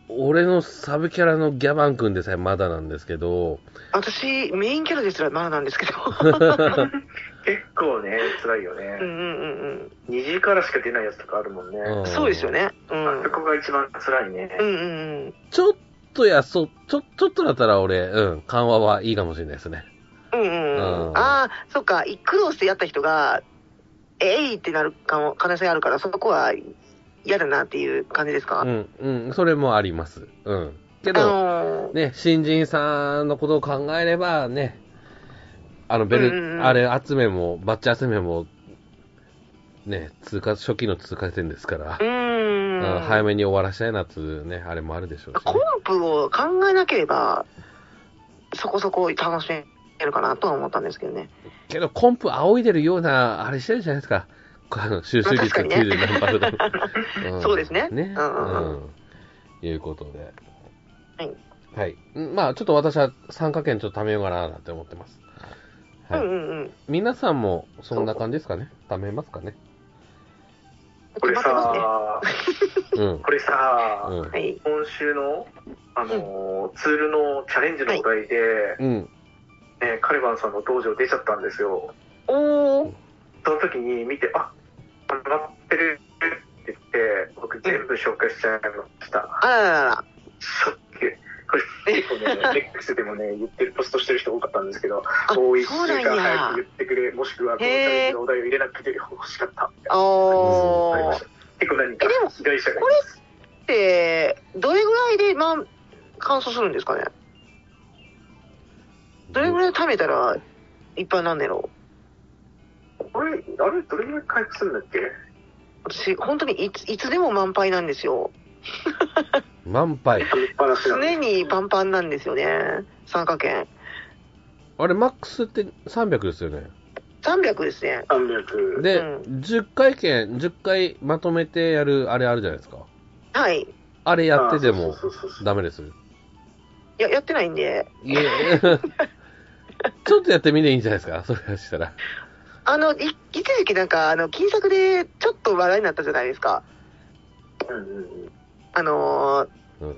Speaker 1: 俺のサブキャラのギャバン君でさえまだなんですけど、
Speaker 3: 私メインキャラですらまだなんですけど
Speaker 2: 結構ね辛いよ
Speaker 3: うんう
Speaker 2: ね、
Speaker 3: んうん
Speaker 2: 二次からしか出ないやつとかあるもんね、
Speaker 1: うん
Speaker 3: うんそうですよねうん
Speaker 2: あそこが一番辛いね、
Speaker 3: うんうんうん
Speaker 1: ちょっとやそ、ちょ、ちょっとだったら俺、うん、緩和はいいかもしれないですね。
Speaker 3: うんうん
Speaker 1: う
Speaker 3: うんん、ああ、そっか、苦労してやった人が、えいってなるかも可能性あるから、そこは嫌だなっていう感じですか。
Speaker 1: うん、うん、それもあります。うん。け
Speaker 3: あ
Speaker 1: ど、
Speaker 3: のー
Speaker 1: ね、新人さんのことを考えれば、ね、あの、ベル、
Speaker 3: うんうんうん
Speaker 1: あれ集めも、バッチ集めも、ね、通過、初期の通過点ですから
Speaker 3: う、ーん
Speaker 1: うん早めに終わらせたいなっつうね、あれもあるでしょうし、
Speaker 3: コンプを考えなければ、そこそこ楽しめないのかなとは思ったんですけどね。
Speaker 1: けど、コンプ仰いでるような、あれしてるじゃないですか。こうあの収集率が
Speaker 3: まあ確
Speaker 1: 90何パーセント。 ん
Speaker 3: そうですね
Speaker 1: ね。
Speaker 3: うんうんうん
Speaker 1: うんいうことで。
Speaker 3: はい。
Speaker 1: はい。んまあ、ちょっと私は参加券ちょっと貯めようかななんて思ってます。
Speaker 3: う
Speaker 1: は
Speaker 3: ん
Speaker 1: い。
Speaker 3: うんうん。
Speaker 1: 皆さんもそんな感じですかね。貯めますか ね。
Speaker 2: これ
Speaker 3: 待ってます
Speaker 2: さ、
Speaker 3: ね。
Speaker 1: うん。
Speaker 2: これさ、
Speaker 1: うん
Speaker 3: は。い。
Speaker 2: 今週の、あのーツールのチャレンジのお題で、
Speaker 1: うん。
Speaker 2: ね、カルバンさんの道場出ちゃったんですよ。
Speaker 3: おー。
Speaker 2: その時に見て、あ、上がってるって言って、僕全部紹介しちゃいました。
Speaker 3: あらららら。
Speaker 2: ショック。これ結 構ね、X でもね、言ってる、ポストしてる人多かったんですけど、
Speaker 3: あ、
Speaker 2: もう一週
Speaker 3: そうなん
Speaker 2: 間早く
Speaker 3: や
Speaker 2: 言っ。てくれ、もしくは、このチャレンジのお題を入れなくて欲しかった。
Speaker 3: お
Speaker 2: ありまし
Speaker 3: ー。
Speaker 2: た結構何か
Speaker 3: えでも、
Speaker 2: 被害者がい
Speaker 3: これって、どれぐらいで、まあ、乾燥するんですかね。どれぐらい貯めたら、いっぱいなんねやろ。
Speaker 2: これ、あれ、どれぐらい回復するんだっけ
Speaker 3: 私、本当にいついつでも満杯なんですよ。
Speaker 1: 満杯。
Speaker 2: 食べっぱなしなんで
Speaker 3: 常にパンパンなんですよね。参加券。
Speaker 1: あれ、マックスって300ですよね。
Speaker 3: 300ですね。
Speaker 2: 300。
Speaker 1: で、
Speaker 3: う
Speaker 1: 10回券、10回まとめてやる、あれあるじゃないですか。
Speaker 3: はい。
Speaker 1: あれやってて
Speaker 2: あ
Speaker 1: も
Speaker 2: そうそうそうそう
Speaker 1: ダメです。
Speaker 3: いや、やってないんで。
Speaker 1: いやちょっとやってみていいんじゃないですか、それしたら。
Speaker 3: あの、い一時期なんか、あの、金策でちょっと話題になったじゃないですか。
Speaker 2: うんうんうん
Speaker 3: あの
Speaker 1: うん、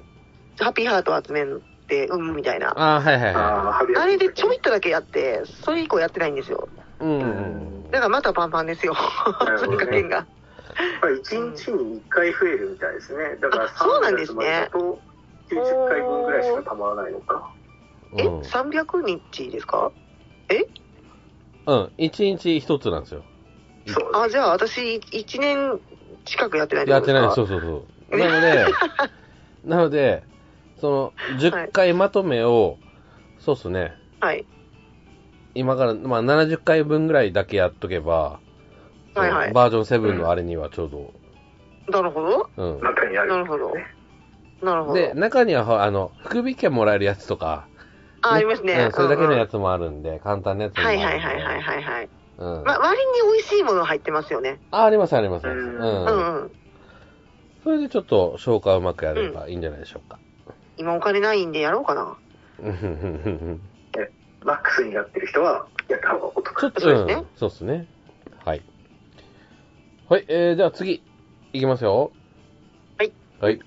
Speaker 3: ーハッピーハートを集めて、うん、みたいな。
Speaker 1: ああ、はいはい
Speaker 2: あ
Speaker 1: は
Speaker 2: ーハリア
Speaker 3: あれでちょい
Speaker 2: っ
Speaker 3: っとだけやって、それ以降やってないんですよ。
Speaker 1: い。うんうん。
Speaker 3: だからまたパンパンですよ。
Speaker 2: るほど
Speaker 3: 参
Speaker 2: ね
Speaker 3: 加券が。
Speaker 2: ぱり1日に1回増えるみたいですね。だから
Speaker 3: あそうなんですね
Speaker 2: 300と90回分ぐらいしかたまらないのか。
Speaker 1: う
Speaker 3: え、
Speaker 1: ん。
Speaker 3: 300日ですか
Speaker 1: うん。一日一つなんですよ。
Speaker 2: そう。
Speaker 3: あ、じゃあ私、1年近くやってない
Speaker 1: やってない、
Speaker 3: す
Speaker 1: そうそうそう。なの で、なので、その、10回まとめを、そうっすね、
Speaker 3: はい。
Speaker 1: 今から、まあ、70回分ぐらいだけやっとけば、
Speaker 3: はいはい
Speaker 1: バージョン7のあれにはちょうど、
Speaker 3: なるほど。
Speaker 1: うん。
Speaker 2: 中にある。
Speaker 3: なるほど。なるほ
Speaker 1: で、
Speaker 3: ど。
Speaker 1: 中にはほら、あの、福引券もらえるやつとか、
Speaker 3: あ、あります
Speaker 1: う
Speaker 3: ね
Speaker 1: ん。それだけの
Speaker 3: うんう
Speaker 1: や
Speaker 3: ん
Speaker 1: つもあるんで、簡単なやつもあ
Speaker 3: は
Speaker 1: るん
Speaker 3: い
Speaker 1: で。
Speaker 3: はいはいはいはいはい。
Speaker 1: うん。
Speaker 3: ま、割に美味しいもの入ってますよね。
Speaker 1: あ、ありますあります。う
Speaker 2: うん
Speaker 1: ん。
Speaker 3: うんうん。
Speaker 1: それでちょっと消化をうまくやればいいんじゃないでしょうか。
Speaker 3: 今お金ないんでやろうかな。
Speaker 1: うん、
Speaker 2: マックスになってる人はやった方がお得。
Speaker 1: ちょっと、
Speaker 3: そうですね
Speaker 1: んそうですね。はい。はい、えー、じゃあ次、いきますよ。
Speaker 3: はい。
Speaker 1: はい。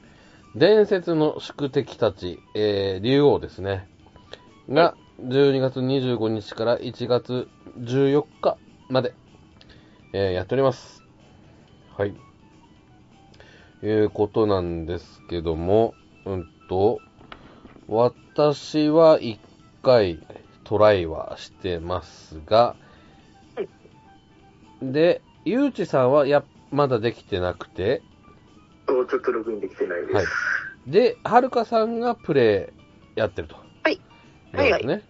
Speaker 1: 伝説の宿敵たち、えー、竜王ですね。が、12月25日から1月14日まで、えーやっております。はい。いうことなんですけども、うんと、私は1回トライはしてますが、で、ゆうちさんはやっまだできてなくて、
Speaker 2: そうちょっとログインできてないです。
Speaker 1: はい。で、はるかさんがプレイやってると。
Speaker 3: はい。
Speaker 1: なんですね。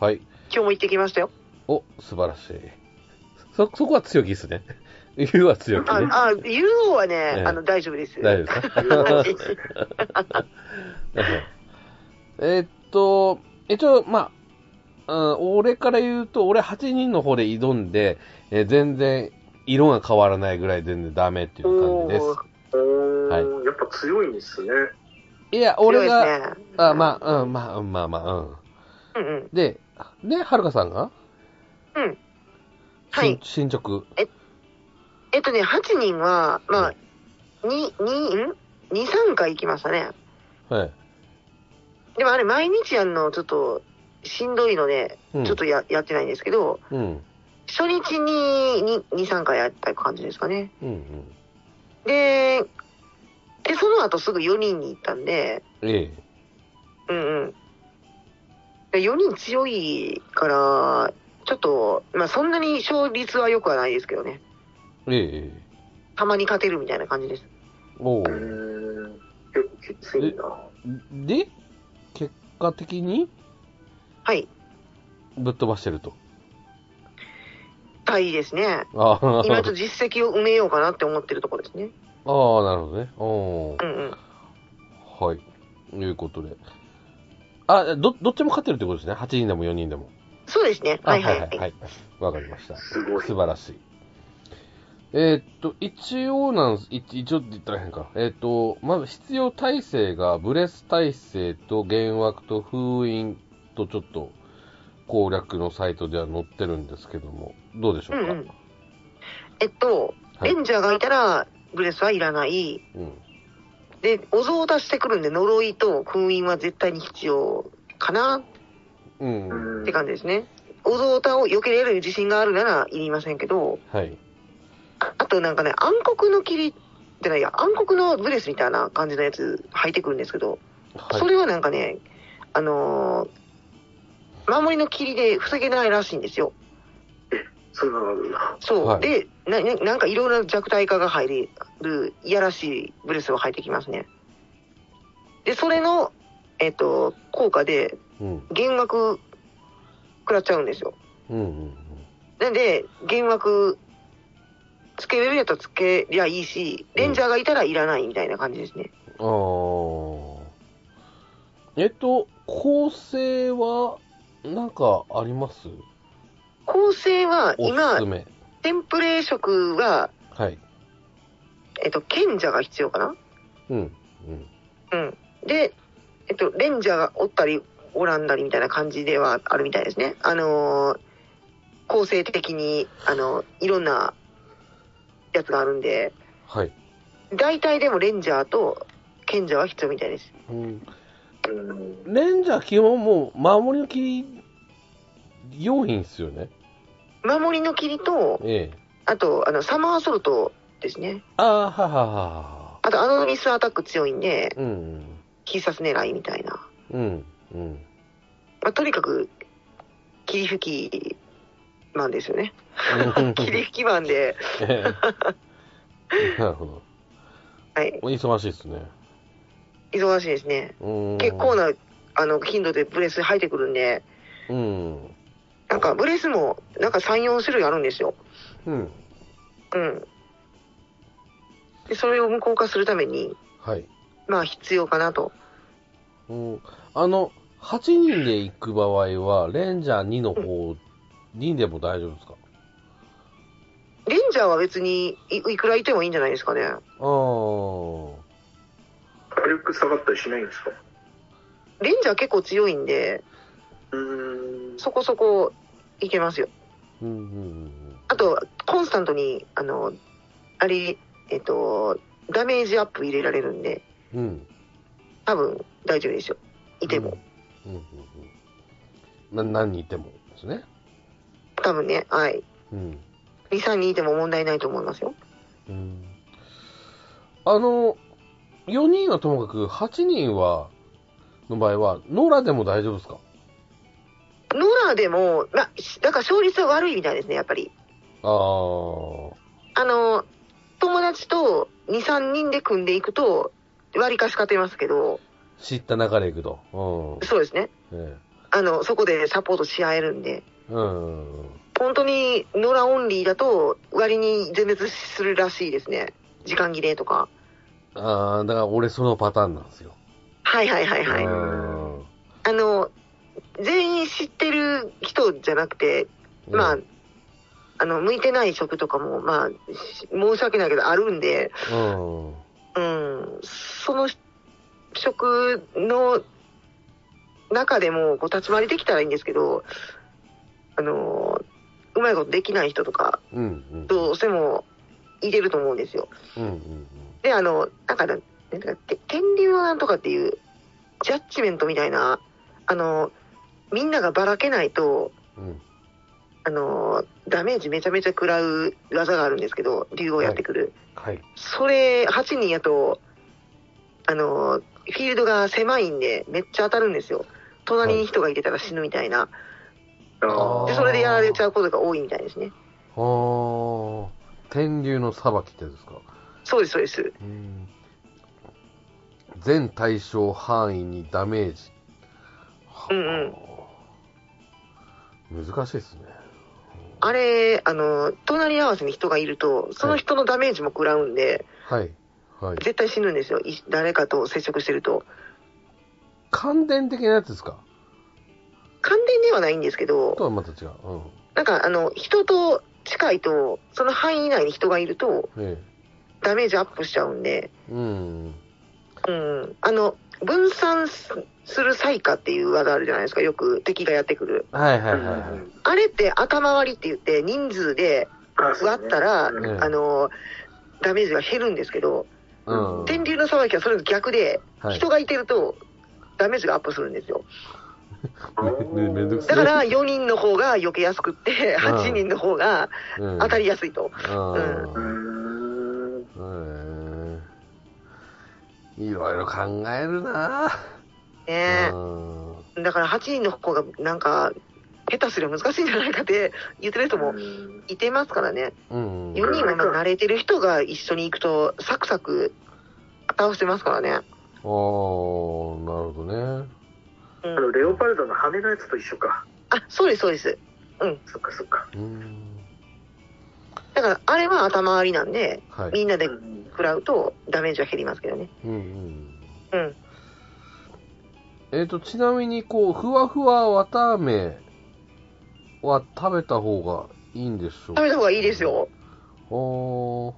Speaker 1: はい。
Speaker 3: 今日も行ってきましたよ。
Speaker 1: お、素晴らしい。そ、そこは強気ですね。 ゆうは強気
Speaker 3: あ
Speaker 1: ね。、
Speaker 3: あ、UO はね
Speaker 1: ええ、
Speaker 3: あの、大丈夫です。
Speaker 1: 大 丈夫ですかえーっと、一応、まあ、うん俺から言うと、俺8人の方で挑んで、えー全然、色が変わらないぐらい全然ダメっていう感じで
Speaker 3: おー
Speaker 2: おー
Speaker 1: はい
Speaker 2: やっぱ強いんですね。
Speaker 1: す。いや、
Speaker 3: 強
Speaker 1: 俺
Speaker 3: いです
Speaker 1: が、
Speaker 3: ね。
Speaker 1: あまあ、うん、まあ、うんまあ、まあ、うん。
Speaker 3: うんうん。
Speaker 1: で、で、はるかさんが、
Speaker 3: うん。はい
Speaker 1: 進進捗。
Speaker 3: えっとね、8人は、まあ、2、2、ん ?2、3回行きましたね。
Speaker 1: はい。
Speaker 3: でもあれ、毎日やるの、ちょっと、しんどいので、
Speaker 1: うん
Speaker 3: ちょっとややってないんですけど、
Speaker 1: うん。
Speaker 3: 初日に2、3回やった感じですかね。
Speaker 1: うん。うん。
Speaker 3: で、で、その後すぐ4人に行ったんで、
Speaker 1: ええ。
Speaker 3: うんうん。4人強いから、ちょっと、まあそんなに勝率は良くはないですけどね。
Speaker 1: ええ。
Speaker 3: たまに勝てるみたいな感じです。
Speaker 1: おお
Speaker 2: う。ーん。結構きついな。
Speaker 1: で、結果的に
Speaker 3: はい。
Speaker 1: ぶっ飛ばしてると。
Speaker 3: 対ですね。
Speaker 1: ああ、ああ、な
Speaker 3: 今
Speaker 1: る
Speaker 3: ちょっと実績を埋めようかなって思ってるところですね。
Speaker 1: ほどね。おお
Speaker 3: う。んうん。
Speaker 1: はい。ということで。あ、ど、どっちも勝ってるってことですね。8人でも4人でも。
Speaker 3: そうですね。
Speaker 1: あ
Speaker 3: はいはいは。
Speaker 1: はいい。わ、かりました。
Speaker 2: すごい
Speaker 1: 素晴らしい。えーっと、一応なんす、一一応って言ったら変か。えーっと、まず必要体制が、ブレス体制と幻惑と封印とちょっと攻略のサイトでは載ってるんですけども、どうでしょ
Speaker 3: う
Speaker 1: うんか。
Speaker 3: うん。えっと、
Speaker 1: はい
Speaker 3: レンジャーがいたら、ブレスはいらない。
Speaker 1: うん
Speaker 3: で、お像を出してくるんで、呪いと封印は絶対に必要かな
Speaker 1: うん。
Speaker 2: うん
Speaker 3: って感じですね。お像を避けれる自信があるならいりませんけど、
Speaker 1: はい。
Speaker 3: ああとなんかね、暗黒の霧ってないや、暗黒のブレスみたいな感じのやつ入ってくるんですけど、そ
Speaker 1: はい。
Speaker 3: れはなんかね、あのー守りの霧で防げないらしいんですよ。
Speaker 2: そんなのあるんだ。
Speaker 3: そう。
Speaker 1: はい
Speaker 3: でな、ななんかいろいろな弱体化が入る、いやらしいブレスが入ってきますね。で、それの、えっ、と、効果で、
Speaker 1: うん。
Speaker 3: 幻惑食らっちゃうんですよ。
Speaker 1: うんうん
Speaker 3: なんで、幻惑、つけれるやったらつけりゃいいし、レンジャーがいたらいらないみたいな感じですね。
Speaker 1: うん。ああ。えっと、構成は、なんかあります
Speaker 3: 構成は、
Speaker 1: おすす
Speaker 3: 今、
Speaker 1: め。
Speaker 3: テンプレ色は、
Speaker 1: はい。
Speaker 3: えっと、賢者が必要かな
Speaker 1: うん。うん。
Speaker 3: うん。で、えっと、レンジャーがおったり、おらんだりみたいな感じではあるみたいですね。あのー構成的に、あのいろんなやつがあるんで、
Speaker 1: はい。
Speaker 3: 大体でもレンジャーと賢者は必要みたいです。
Speaker 1: うん
Speaker 2: うん。
Speaker 1: レンジャー基本もう守りのき要員っすよね。
Speaker 3: 守りの霧と、
Speaker 1: ええ。
Speaker 3: あと、あの、サマーソルトですね。
Speaker 1: ああ、はははは。
Speaker 3: あと、アノミスアタック強いんで、
Speaker 1: うん。
Speaker 3: 必殺狙いみたいな。
Speaker 1: うん。うん。
Speaker 3: まあ、とにかく、霧吹きマンですよね。 霧吹きマンで、
Speaker 1: ええ なるほど。
Speaker 3: はい、
Speaker 1: お忙しいっすね。
Speaker 3: 忙しいですね。
Speaker 1: うん。
Speaker 3: 結構。な、あの、頻度でブレス入ってくるんで、
Speaker 1: うん。
Speaker 3: なんかブレスも、なんか3、4種類あるんですよ。
Speaker 1: うん。
Speaker 3: うん。で、それを無効化するために、
Speaker 1: はい。
Speaker 3: まあ必要かなと。
Speaker 1: うん。あの、8人で行く場合は、レンジャー2の方、2でも大丈夫ですか
Speaker 3: レンジャーは別にいいくらいてもいいんじゃないですかね。
Speaker 1: ああ。
Speaker 2: 火力下がったりしないんですか
Speaker 3: レンジャー結構強いんで、
Speaker 2: うーん。
Speaker 3: そこそこいけますよ。
Speaker 1: うんうん
Speaker 3: あと、コンスタントに、あの、あれ、えっと、ダメージアップ入れられるんで、
Speaker 1: うん。うん。
Speaker 3: 多分大丈夫ですよ。いても。
Speaker 1: うん。うんうんうん。な、何人いてもですね。
Speaker 3: 多分ね、はい。
Speaker 1: うん。
Speaker 3: 2、3人いても問題ないと思いますよ。
Speaker 1: うんあの、4人はともかく、8人は、の場合は、ノラでも大丈夫ですか
Speaker 3: ノラでも、まあ、しだから勝率は悪いみたいですね、やっぱり。
Speaker 1: あー
Speaker 3: あの、友達と2、3人で組んでいくと、割りかし勝てますけど、
Speaker 1: 知った流れいくと。
Speaker 3: そうですね。
Speaker 1: うん。え
Speaker 3: あの、そこでサポートし合えるんで、
Speaker 1: えうん。
Speaker 3: 本当にノラオンリーだと、割に全滅するらしいですね。時間切れとか。
Speaker 1: あーだから俺そのパターンなんですよ。
Speaker 3: はいはいはいはい。
Speaker 1: う
Speaker 3: あ
Speaker 1: ん
Speaker 3: の、全員知ってる人じゃなくて、まあ、あの、向いてない職とかも、まあ、し申し訳ないけどあるんで、
Speaker 1: うん。うん
Speaker 3: うん、その職の中でもこう立ち回りできたらいいんですけど、あのうまいことできない人とか、
Speaker 1: うん。うん。
Speaker 3: どうしてもいれると思うんですよ。
Speaker 1: うんうん
Speaker 3: で、あの、なんかな、なんか、て天竜なんとかっていう、ジャッジメントみたいな、あのみんながばらけないと、
Speaker 1: うん。うん。
Speaker 3: あのダメージめちゃめちゃ食らう技があるんですけど、竜をやってくる。
Speaker 1: はい。
Speaker 3: それ、8人やと、あの、フィールドが狭いんで、めっちゃ当たるんですよ。隣に人がいてたら死ぬみたいな。
Speaker 1: あ
Speaker 3: で、それでやられちゃうことが多いみたいですね。
Speaker 1: あー天竜の裁きってやつですか
Speaker 3: そうです、そうです。
Speaker 1: うん全対象範囲にダメージ。
Speaker 3: うん
Speaker 1: うん。難しいですね。
Speaker 3: あれ、あの、隣り合わせに人がいると、その人のダメージも食らうんで、
Speaker 1: はい。はい。
Speaker 3: 絶対死ぬんですよ。い誰かと接触してると。
Speaker 1: 感電的なやつですか
Speaker 3: 関連ではないんですけ
Speaker 1: と
Speaker 3: ど、
Speaker 1: はまた違う。うん。
Speaker 3: なんかあの、人と近いと、その範囲内に人がいると、
Speaker 1: え
Speaker 3: ダメージアップしちゃうんで、
Speaker 1: え。うん。
Speaker 3: うん、あの、分散すする才化っていう技あるじゃないですか、よく敵がやってくる。
Speaker 1: はいは
Speaker 2: う
Speaker 1: い
Speaker 2: ん
Speaker 1: はいは
Speaker 3: あれって頭割りって言って、人数で
Speaker 2: あそうね
Speaker 3: 割ったら、
Speaker 2: うん
Speaker 1: うん
Speaker 3: あの、ダメージが減るんですけど、
Speaker 1: い。
Speaker 3: 天
Speaker 1: うん。
Speaker 3: 竜のさばきはそれの逆で、
Speaker 1: はい
Speaker 3: 人。がいてると、ダメージがアップするんですよ。
Speaker 1: めめんどくさ
Speaker 3: だ
Speaker 1: い
Speaker 3: から4人の方が避けやすくって、
Speaker 1: うん
Speaker 3: 8人の方が
Speaker 1: うん
Speaker 3: 当たりやすいと。
Speaker 1: うん
Speaker 2: うーん
Speaker 1: うん。いろいろ考えるなぁ。
Speaker 3: ね
Speaker 1: うん
Speaker 3: だから8人の方がなんか、下手すりゃ難しいんじゃないかって言ってる人も
Speaker 2: うん
Speaker 3: いてますからね。
Speaker 1: うん。
Speaker 3: 4人はまあ慣れてる人が一緒に行くと、サクサク倒してますからね。
Speaker 1: ああ、なるほどね。
Speaker 3: う
Speaker 2: あの
Speaker 3: ん、
Speaker 2: レオパルドの羽のやつと一緒か
Speaker 3: あ、そうです、そうです。
Speaker 2: そっかそっか
Speaker 1: うん。
Speaker 3: だから、あれは頭ありなんで、
Speaker 1: はい。
Speaker 3: みんなで
Speaker 2: うん
Speaker 3: 食らうとダメージは減りますけどね。
Speaker 1: うんうん。
Speaker 3: うん。
Speaker 1: えっ、と、ちなみに、こう、ふわふわわたあめは食べた方がいいんでしょう
Speaker 3: 食べた方がいいですよ。
Speaker 1: おー。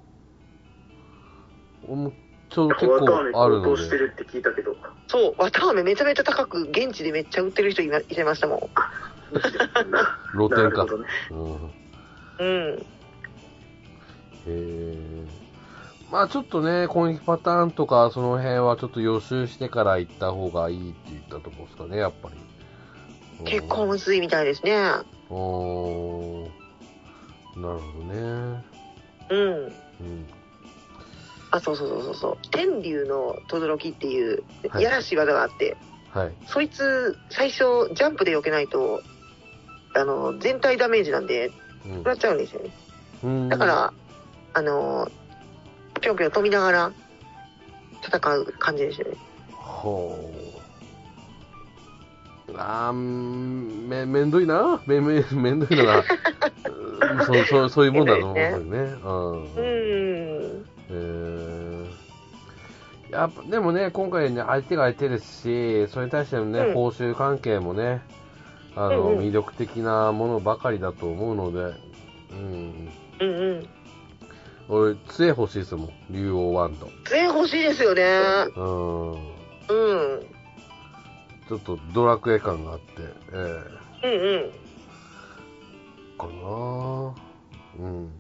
Speaker 1: 俺もちょうど結
Speaker 2: ホワターメ
Speaker 1: 構ある
Speaker 2: 高
Speaker 1: の
Speaker 2: 騰して
Speaker 1: で。
Speaker 2: るって聞いたけど
Speaker 3: そう、わたあめめちゃめちゃ高く、現地でめっちゃ売ってる人いまいてましたも
Speaker 2: むしろな
Speaker 1: 露
Speaker 2: な
Speaker 1: 天
Speaker 2: る
Speaker 1: か
Speaker 2: ほ。どね
Speaker 1: うん。へ
Speaker 3: ん。うん。
Speaker 1: え。まあちょっとね、攻撃パターンとか、その辺はちょっと予習してから行った方がいいって言ったとこですかね、やっぱり。うん
Speaker 3: 結構むずいみたいですね。
Speaker 1: おーなるほどね。
Speaker 3: う
Speaker 1: う
Speaker 3: ん。
Speaker 1: ん。
Speaker 3: あ、そうそうそうそうそう。天竜の轟っていう、
Speaker 1: はい
Speaker 3: やらしい技があって、
Speaker 1: はい。
Speaker 3: そいつ、最初、ジャンプで避けないと、あの、全体ダメージなんで、食らっちゃうんですよね。
Speaker 1: うん。
Speaker 3: だから、あの、ぴょんぴょん飛びながら、戦う感じですよね。
Speaker 1: うん、ほう。あーんめ、めんどいな。め、め、めんどいの が、うんそう、そう、そういうもんだと思うんですね。
Speaker 3: うーん。
Speaker 1: えーやっぱでもね、今回ね、相手が相手ですし、それに対してのね、
Speaker 3: うん
Speaker 1: 報酬関係もね、あの、
Speaker 3: うんうん
Speaker 1: 魅力的なものばかりだと思うので、うん、
Speaker 3: うんうん。
Speaker 1: 俺、杖欲しいですもん、竜王ワンド。
Speaker 3: 全欲しいですよね。
Speaker 1: うん、
Speaker 3: うん。うん
Speaker 1: ちょっとドラクエ感があって、え
Speaker 3: うん。
Speaker 1: ー、かなぁうん。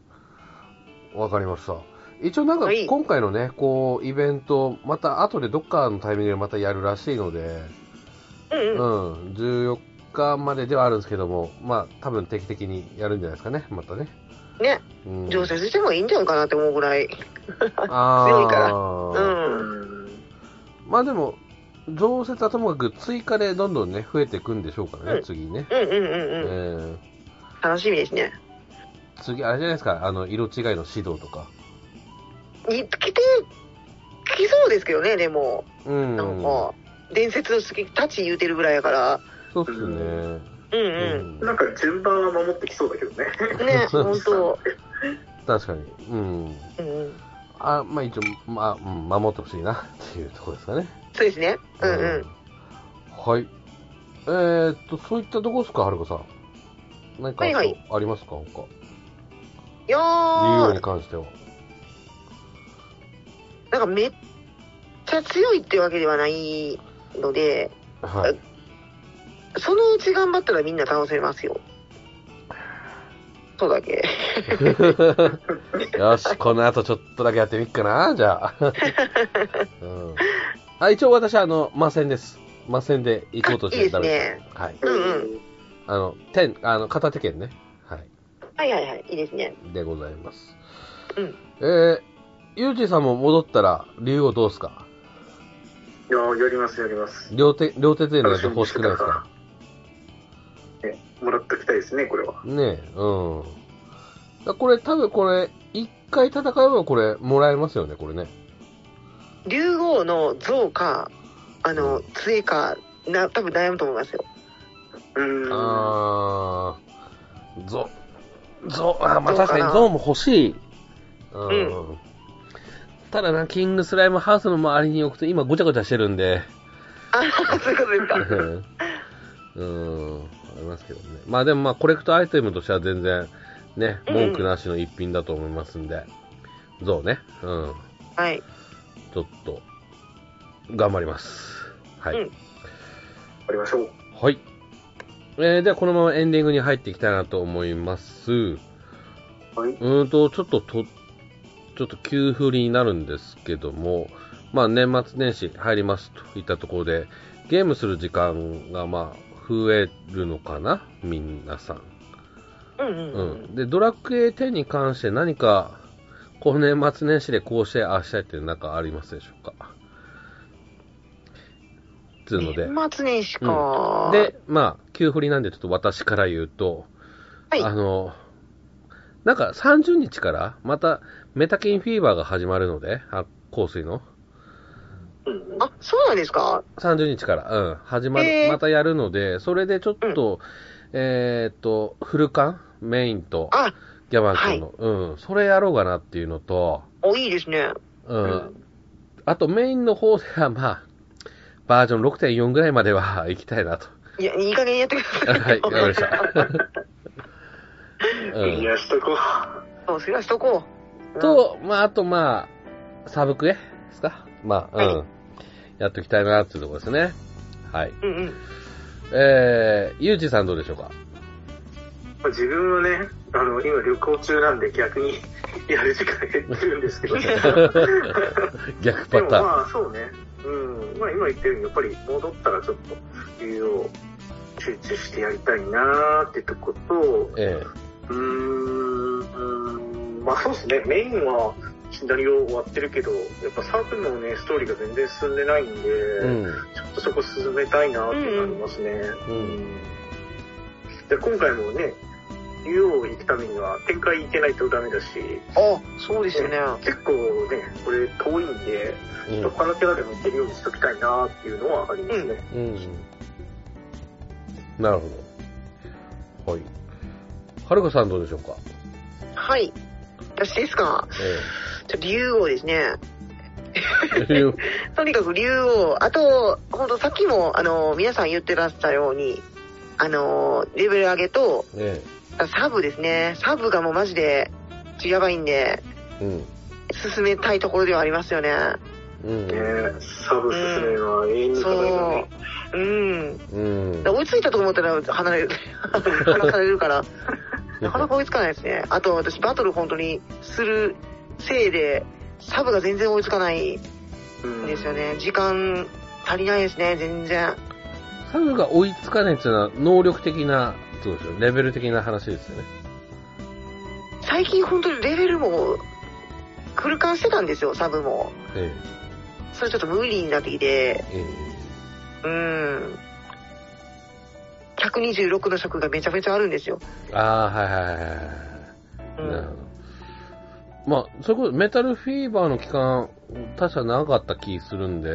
Speaker 1: わかりました。一応なんか
Speaker 3: はい、
Speaker 1: 今回のね、こう、イベント、また後でどっかのタイミングでまたやるらしいので、
Speaker 3: うんうん。
Speaker 1: うん、14日までではあるんですけども、まあ、多分定期的にやるんじゃないですかね、またね。
Speaker 3: ね、
Speaker 1: うん、
Speaker 3: 常設してもいいんじゃんかなって思うぐらい。
Speaker 1: あー
Speaker 3: 強いか
Speaker 2: う
Speaker 3: らうん。
Speaker 2: ん
Speaker 1: まあでも、常設はともかく追加でどんどんね、増えていくんでしょうからね、
Speaker 3: うん
Speaker 1: 次ね。
Speaker 3: うんうんうんう
Speaker 1: え
Speaker 3: ん。楽しみですね。
Speaker 1: ー次、あれじゃないですか、あの、色違いの指導とか。
Speaker 3: に来て、来そうですけどね、でも。
Speaker 1: うん。
Speaker 3: なんか、伝説の好き、たち言うてるぐらいやから。
Speaker 1: そうっすね。
Speaker 3: うん
Speaker 1: う
Speaker 3: うん。
Speaker 2: なんか順番は守ってきそうだけどね
Speaker 3: ね、本当。
Speaker 1: 確かに。うん。
Speaker 3: うんうん。
Speaker 1: あ、まあ一応、まあ、うん守ってほしいなっていうところですかね。
Speaker 3: そうですね。うんうん。
Speaker 1: はい。えー、っと、そういったとこですか、はるかさん。何か
Speaker 3: はいはい
Speaker 1: ありますか、他。
Speaker 3: いや
Speaker 1: 理由に
Speaker 3: ー、
Speaker 1: 関しては。
Speaker 3: なんかめっちゃ強いってわけではないので、
Speaker 1: はい。
Speaker 3: そのうち頑張ったらみんな倒せますよ。そうだけ。
Speaker 1: よし、この後ちょっとだけやってみっかな、じ ゃあ。うん、あ一応私、あの、魔戦です。魔戦で行こうとしてる
Speaker 3: あいいですね
Speaker 1: はい。
Speaker 3: うんうん
Speaker 1: あの、天、あの、片手剣ね。はい。
Speaker 3: はいはいはい、いいですね。
Speaker 1: でございます。
Speaker 3: うん。
Speaker 1: えー、ゆうじさんも戻ったら、竜王どうすか
Speaker 2: いやーやりますやります
Speaker 1: 両手、両手でのやつ欲しくないですか
Speaker 2: ねもらっときたいですねこれは
Speaker 1: ねえ、うん。だこれ、多分これ、一回戦えばこれ、もらえますよね、これね。
Speaker 3: 竜王の像か、あの、杖か、な、多分悩むと思いますよ。
Speaker 2: うーん
Speaker 1: あー、ゾ、ゾ、あー、まあ、
Speaker 3: ゾウかな
Speaker 1: 確かにゾウも欲しい。うん。
Speaker 3: う
Speaker 1: ただな、キングスライムハウスの周りに置くと今ごちゃごちゃしてるんで、
Speaker 3: あ、そういうことですか。
Speaker 1: うんうーん、ありますけどね。まあでもまあコレクトアイテムとしては全然、ね、
Speaker 3: うん
Speaker 1: 文句なしの一品だと思いますんで、ゾウね、うん、
Speaker 3: はい。
Speaker 1: ちょっと、頑張ります。はい。
Speaker 3: うん
Speaker 2: やりましょう。
Speaker 1: はい。えー、ではこのままエンディングに入っていきたいなと思います。う
Speaker 2: はい。
Speaker 1: ーんと、ちょっとと、ちょっと急振りになるんですけども、まあ年末年始入りますといったところで、ゲームする時間がまあ増えるのかなみんなさん。
Speaker 3: うんうんう。
Speaker 1: うんん。で、ドラクエ10に関して何か、この年末年始でこうして、ああしたいってなんかありますでしょうかつうので。
Speaker 3: 年末年始か。
Speaker 1: で、まあ、急振りなんでちょっと私から言うと、
Speaker 3: はい
Speaker 1: あの、なんか30日からまたメタキンフィーバーが始まるので、あ香水の。
Speaker 2: うんうん。
Speaker 3: あ、そうなんですか
Speaker 1: 30日から、うん、始まる、
Speaker 3: へー
Speaker 1: またやるので、それでちょっと、えーっと、フルカンメインと、
Speaker 3: あ、
Speaker 1: ギャバン君の、うん、それやろうかなっていうのと、
Speaker 3: お、いいですね。
Speaker 1: うん、
Speaker 2: うん
Speaker 1: あとメインの方では、まあ、バージョン6.4ぐらいまでは行きたい なと。
Speaker 3: いや、いい加減にやってください。
Speaker 1: はい、わかりました。う
Speaker 2: い
Speaker 1: ん、
Speaker 2: や、しとこう。
Speaker 3: そう、それはしとこう。
Speaker 1: と、まあ、あとまあ、サブクエですかまあ、うん、
Speaker 3: は
Speaker 1: やっていきたいなっていうところですね。はい。
Speaker 3: うん、うんうん。
Speaker 1: えー、ゆうじさんどうでしょ うか
Speaker 2: まあ自分はね、あの、今旅行中なんで逆に やる時間減ってる んですけど、
Speaker 1: 逆
Speaker 2: で
Speaker 1: パ
Speaker 2: も
Speaker 1: ターン。
Speaker 2: まあそうね、うん、まあ今言ったように、やっぱり戻ったらちょっと、理由を集中してやりたいなーってとこと、
Speaker 1: え
Speaker 2: うーん、うーんまあそうですね、メインはシナリオ終わってるけど、やっぱサークルのね、ストーリーが全然進んでないんで、
Speaker 1: えうん。
Speaker 2: ちょっとそこ進めたいなってなりますね。
Speaker 1: うんう
Speaker 2: で今回もね、竜王行くためには展開行けないとダメだし、
Speaker 3: あ、そうですよね。
Speaker 2: 結構ね、これ遠いんで、
Speaker 1: うん。
Speaker 2: 他のキャラでも行けるようにしときたいなっていうのはありますね。
Speaker 1: うん。なるほど。はい。はるかさんどうでしょうか
Speaker 3: はい。私ですか
Speaker 1: え
Speaker 3: ちょっと竜王ですね。
Speaker 1: え
Speaker 3: とにかく竜王、あと、ほんとさっきも、あの、皆さん言ってらしたように、あの、レベル上げと、
Speaker 1: え
Speaker 3: サブですね。サブがもうマジで、ちょやばいんで、
Speaker 1: え。うん。
Speaker 3: 進めたいところではありますよね。
Speaker 1: うん。
Speaker 2: ねサブ進めるのは永遠に課題だね。
Speaker 3: そう。うん。
Speaker 1: うん。
Speaker 3: 追いついたと思ったら離れる、 離されるから、なかなか追いつかないですね。あと私、バトル本当にするせいで、サブが全然追いつかないん
Speaker 2: うん
Speaker 3: ですよね。時間足りないですね、全然。
Speaker 1: サムが追いつかないっていうのは能力的な、そうですよ。レベル的な話ですよね。
Speaker 3: 最近本当にレベルも、クルカンしてたんですよ、サブも。
Speaker 1: え
Speaker 3: それちょっと無理になってきて、
Speaker 1: え。え
Speaker 3: うん。126の職がめちゃめちゃあるんですよ。
Speaker 1: え。ああ、はいはいはいはいは
Speaker 3: う
Speaker 1: い。なるほ
Speaker 3: ん。
Speaker 1: ど。まあ、それこそメタルフィーバーの期間、確か長かった気するんで、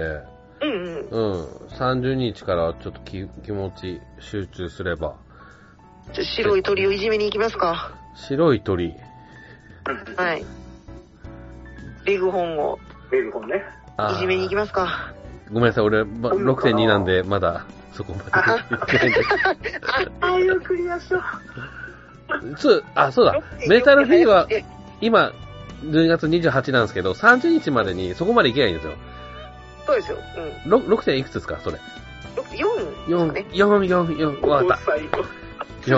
Speaker 3: うんうん。
Speaker 1: うん、30日からちょっとき気持ち集中すれば、
Speaker 3: ちょ白い鳥をいじめに行きますか。
Speaker 1: 白い鳥、
Speaker 3: はい。レグ本を
Speaker 2: メルコンね。
Speaker 1: あー
Speaker 3: いじめに行きますか。
Speaker 1: ごめんなさい、俺、ま、
Speaker 2: 今度かな
Speaker 1: 6.2なんで、まだ、そこまで行ってないんで
Speaker 2: ああいうクリアしよ
Speaker 1: そう、あ、そうだ、メタルフィーバー、今、12月28なんですけど、30日までにそこまで行けないんですよ。
Speaker 3: そうですよ。うん。
Speaker 1: ろ 6. 点いくつですかそれ。
Speaker 3: 4
Speaker 1: 4
Speaker 3: ですかね。、
Speaker 1: 4、4、4、
Speaker 2: う。
Speaker 1: わかっ
Speaker 2: 最高。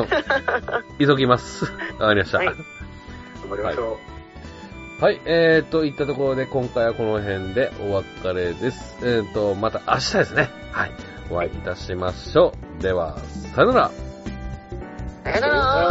Speaker 1: た。4。急ぎます。わかりました。
Speaker 3: は
Speaker 1: はいい。
Speaker 2: 頑張りましょ
Speaker 1: えーと、いったところで、今回はこの辺でお別れです。えーと、また明日ですね。はい。お会いいたしましょう。では、さよなら。
Speaker 3: さよな
Speaker 2: う。
Speaker 3: ら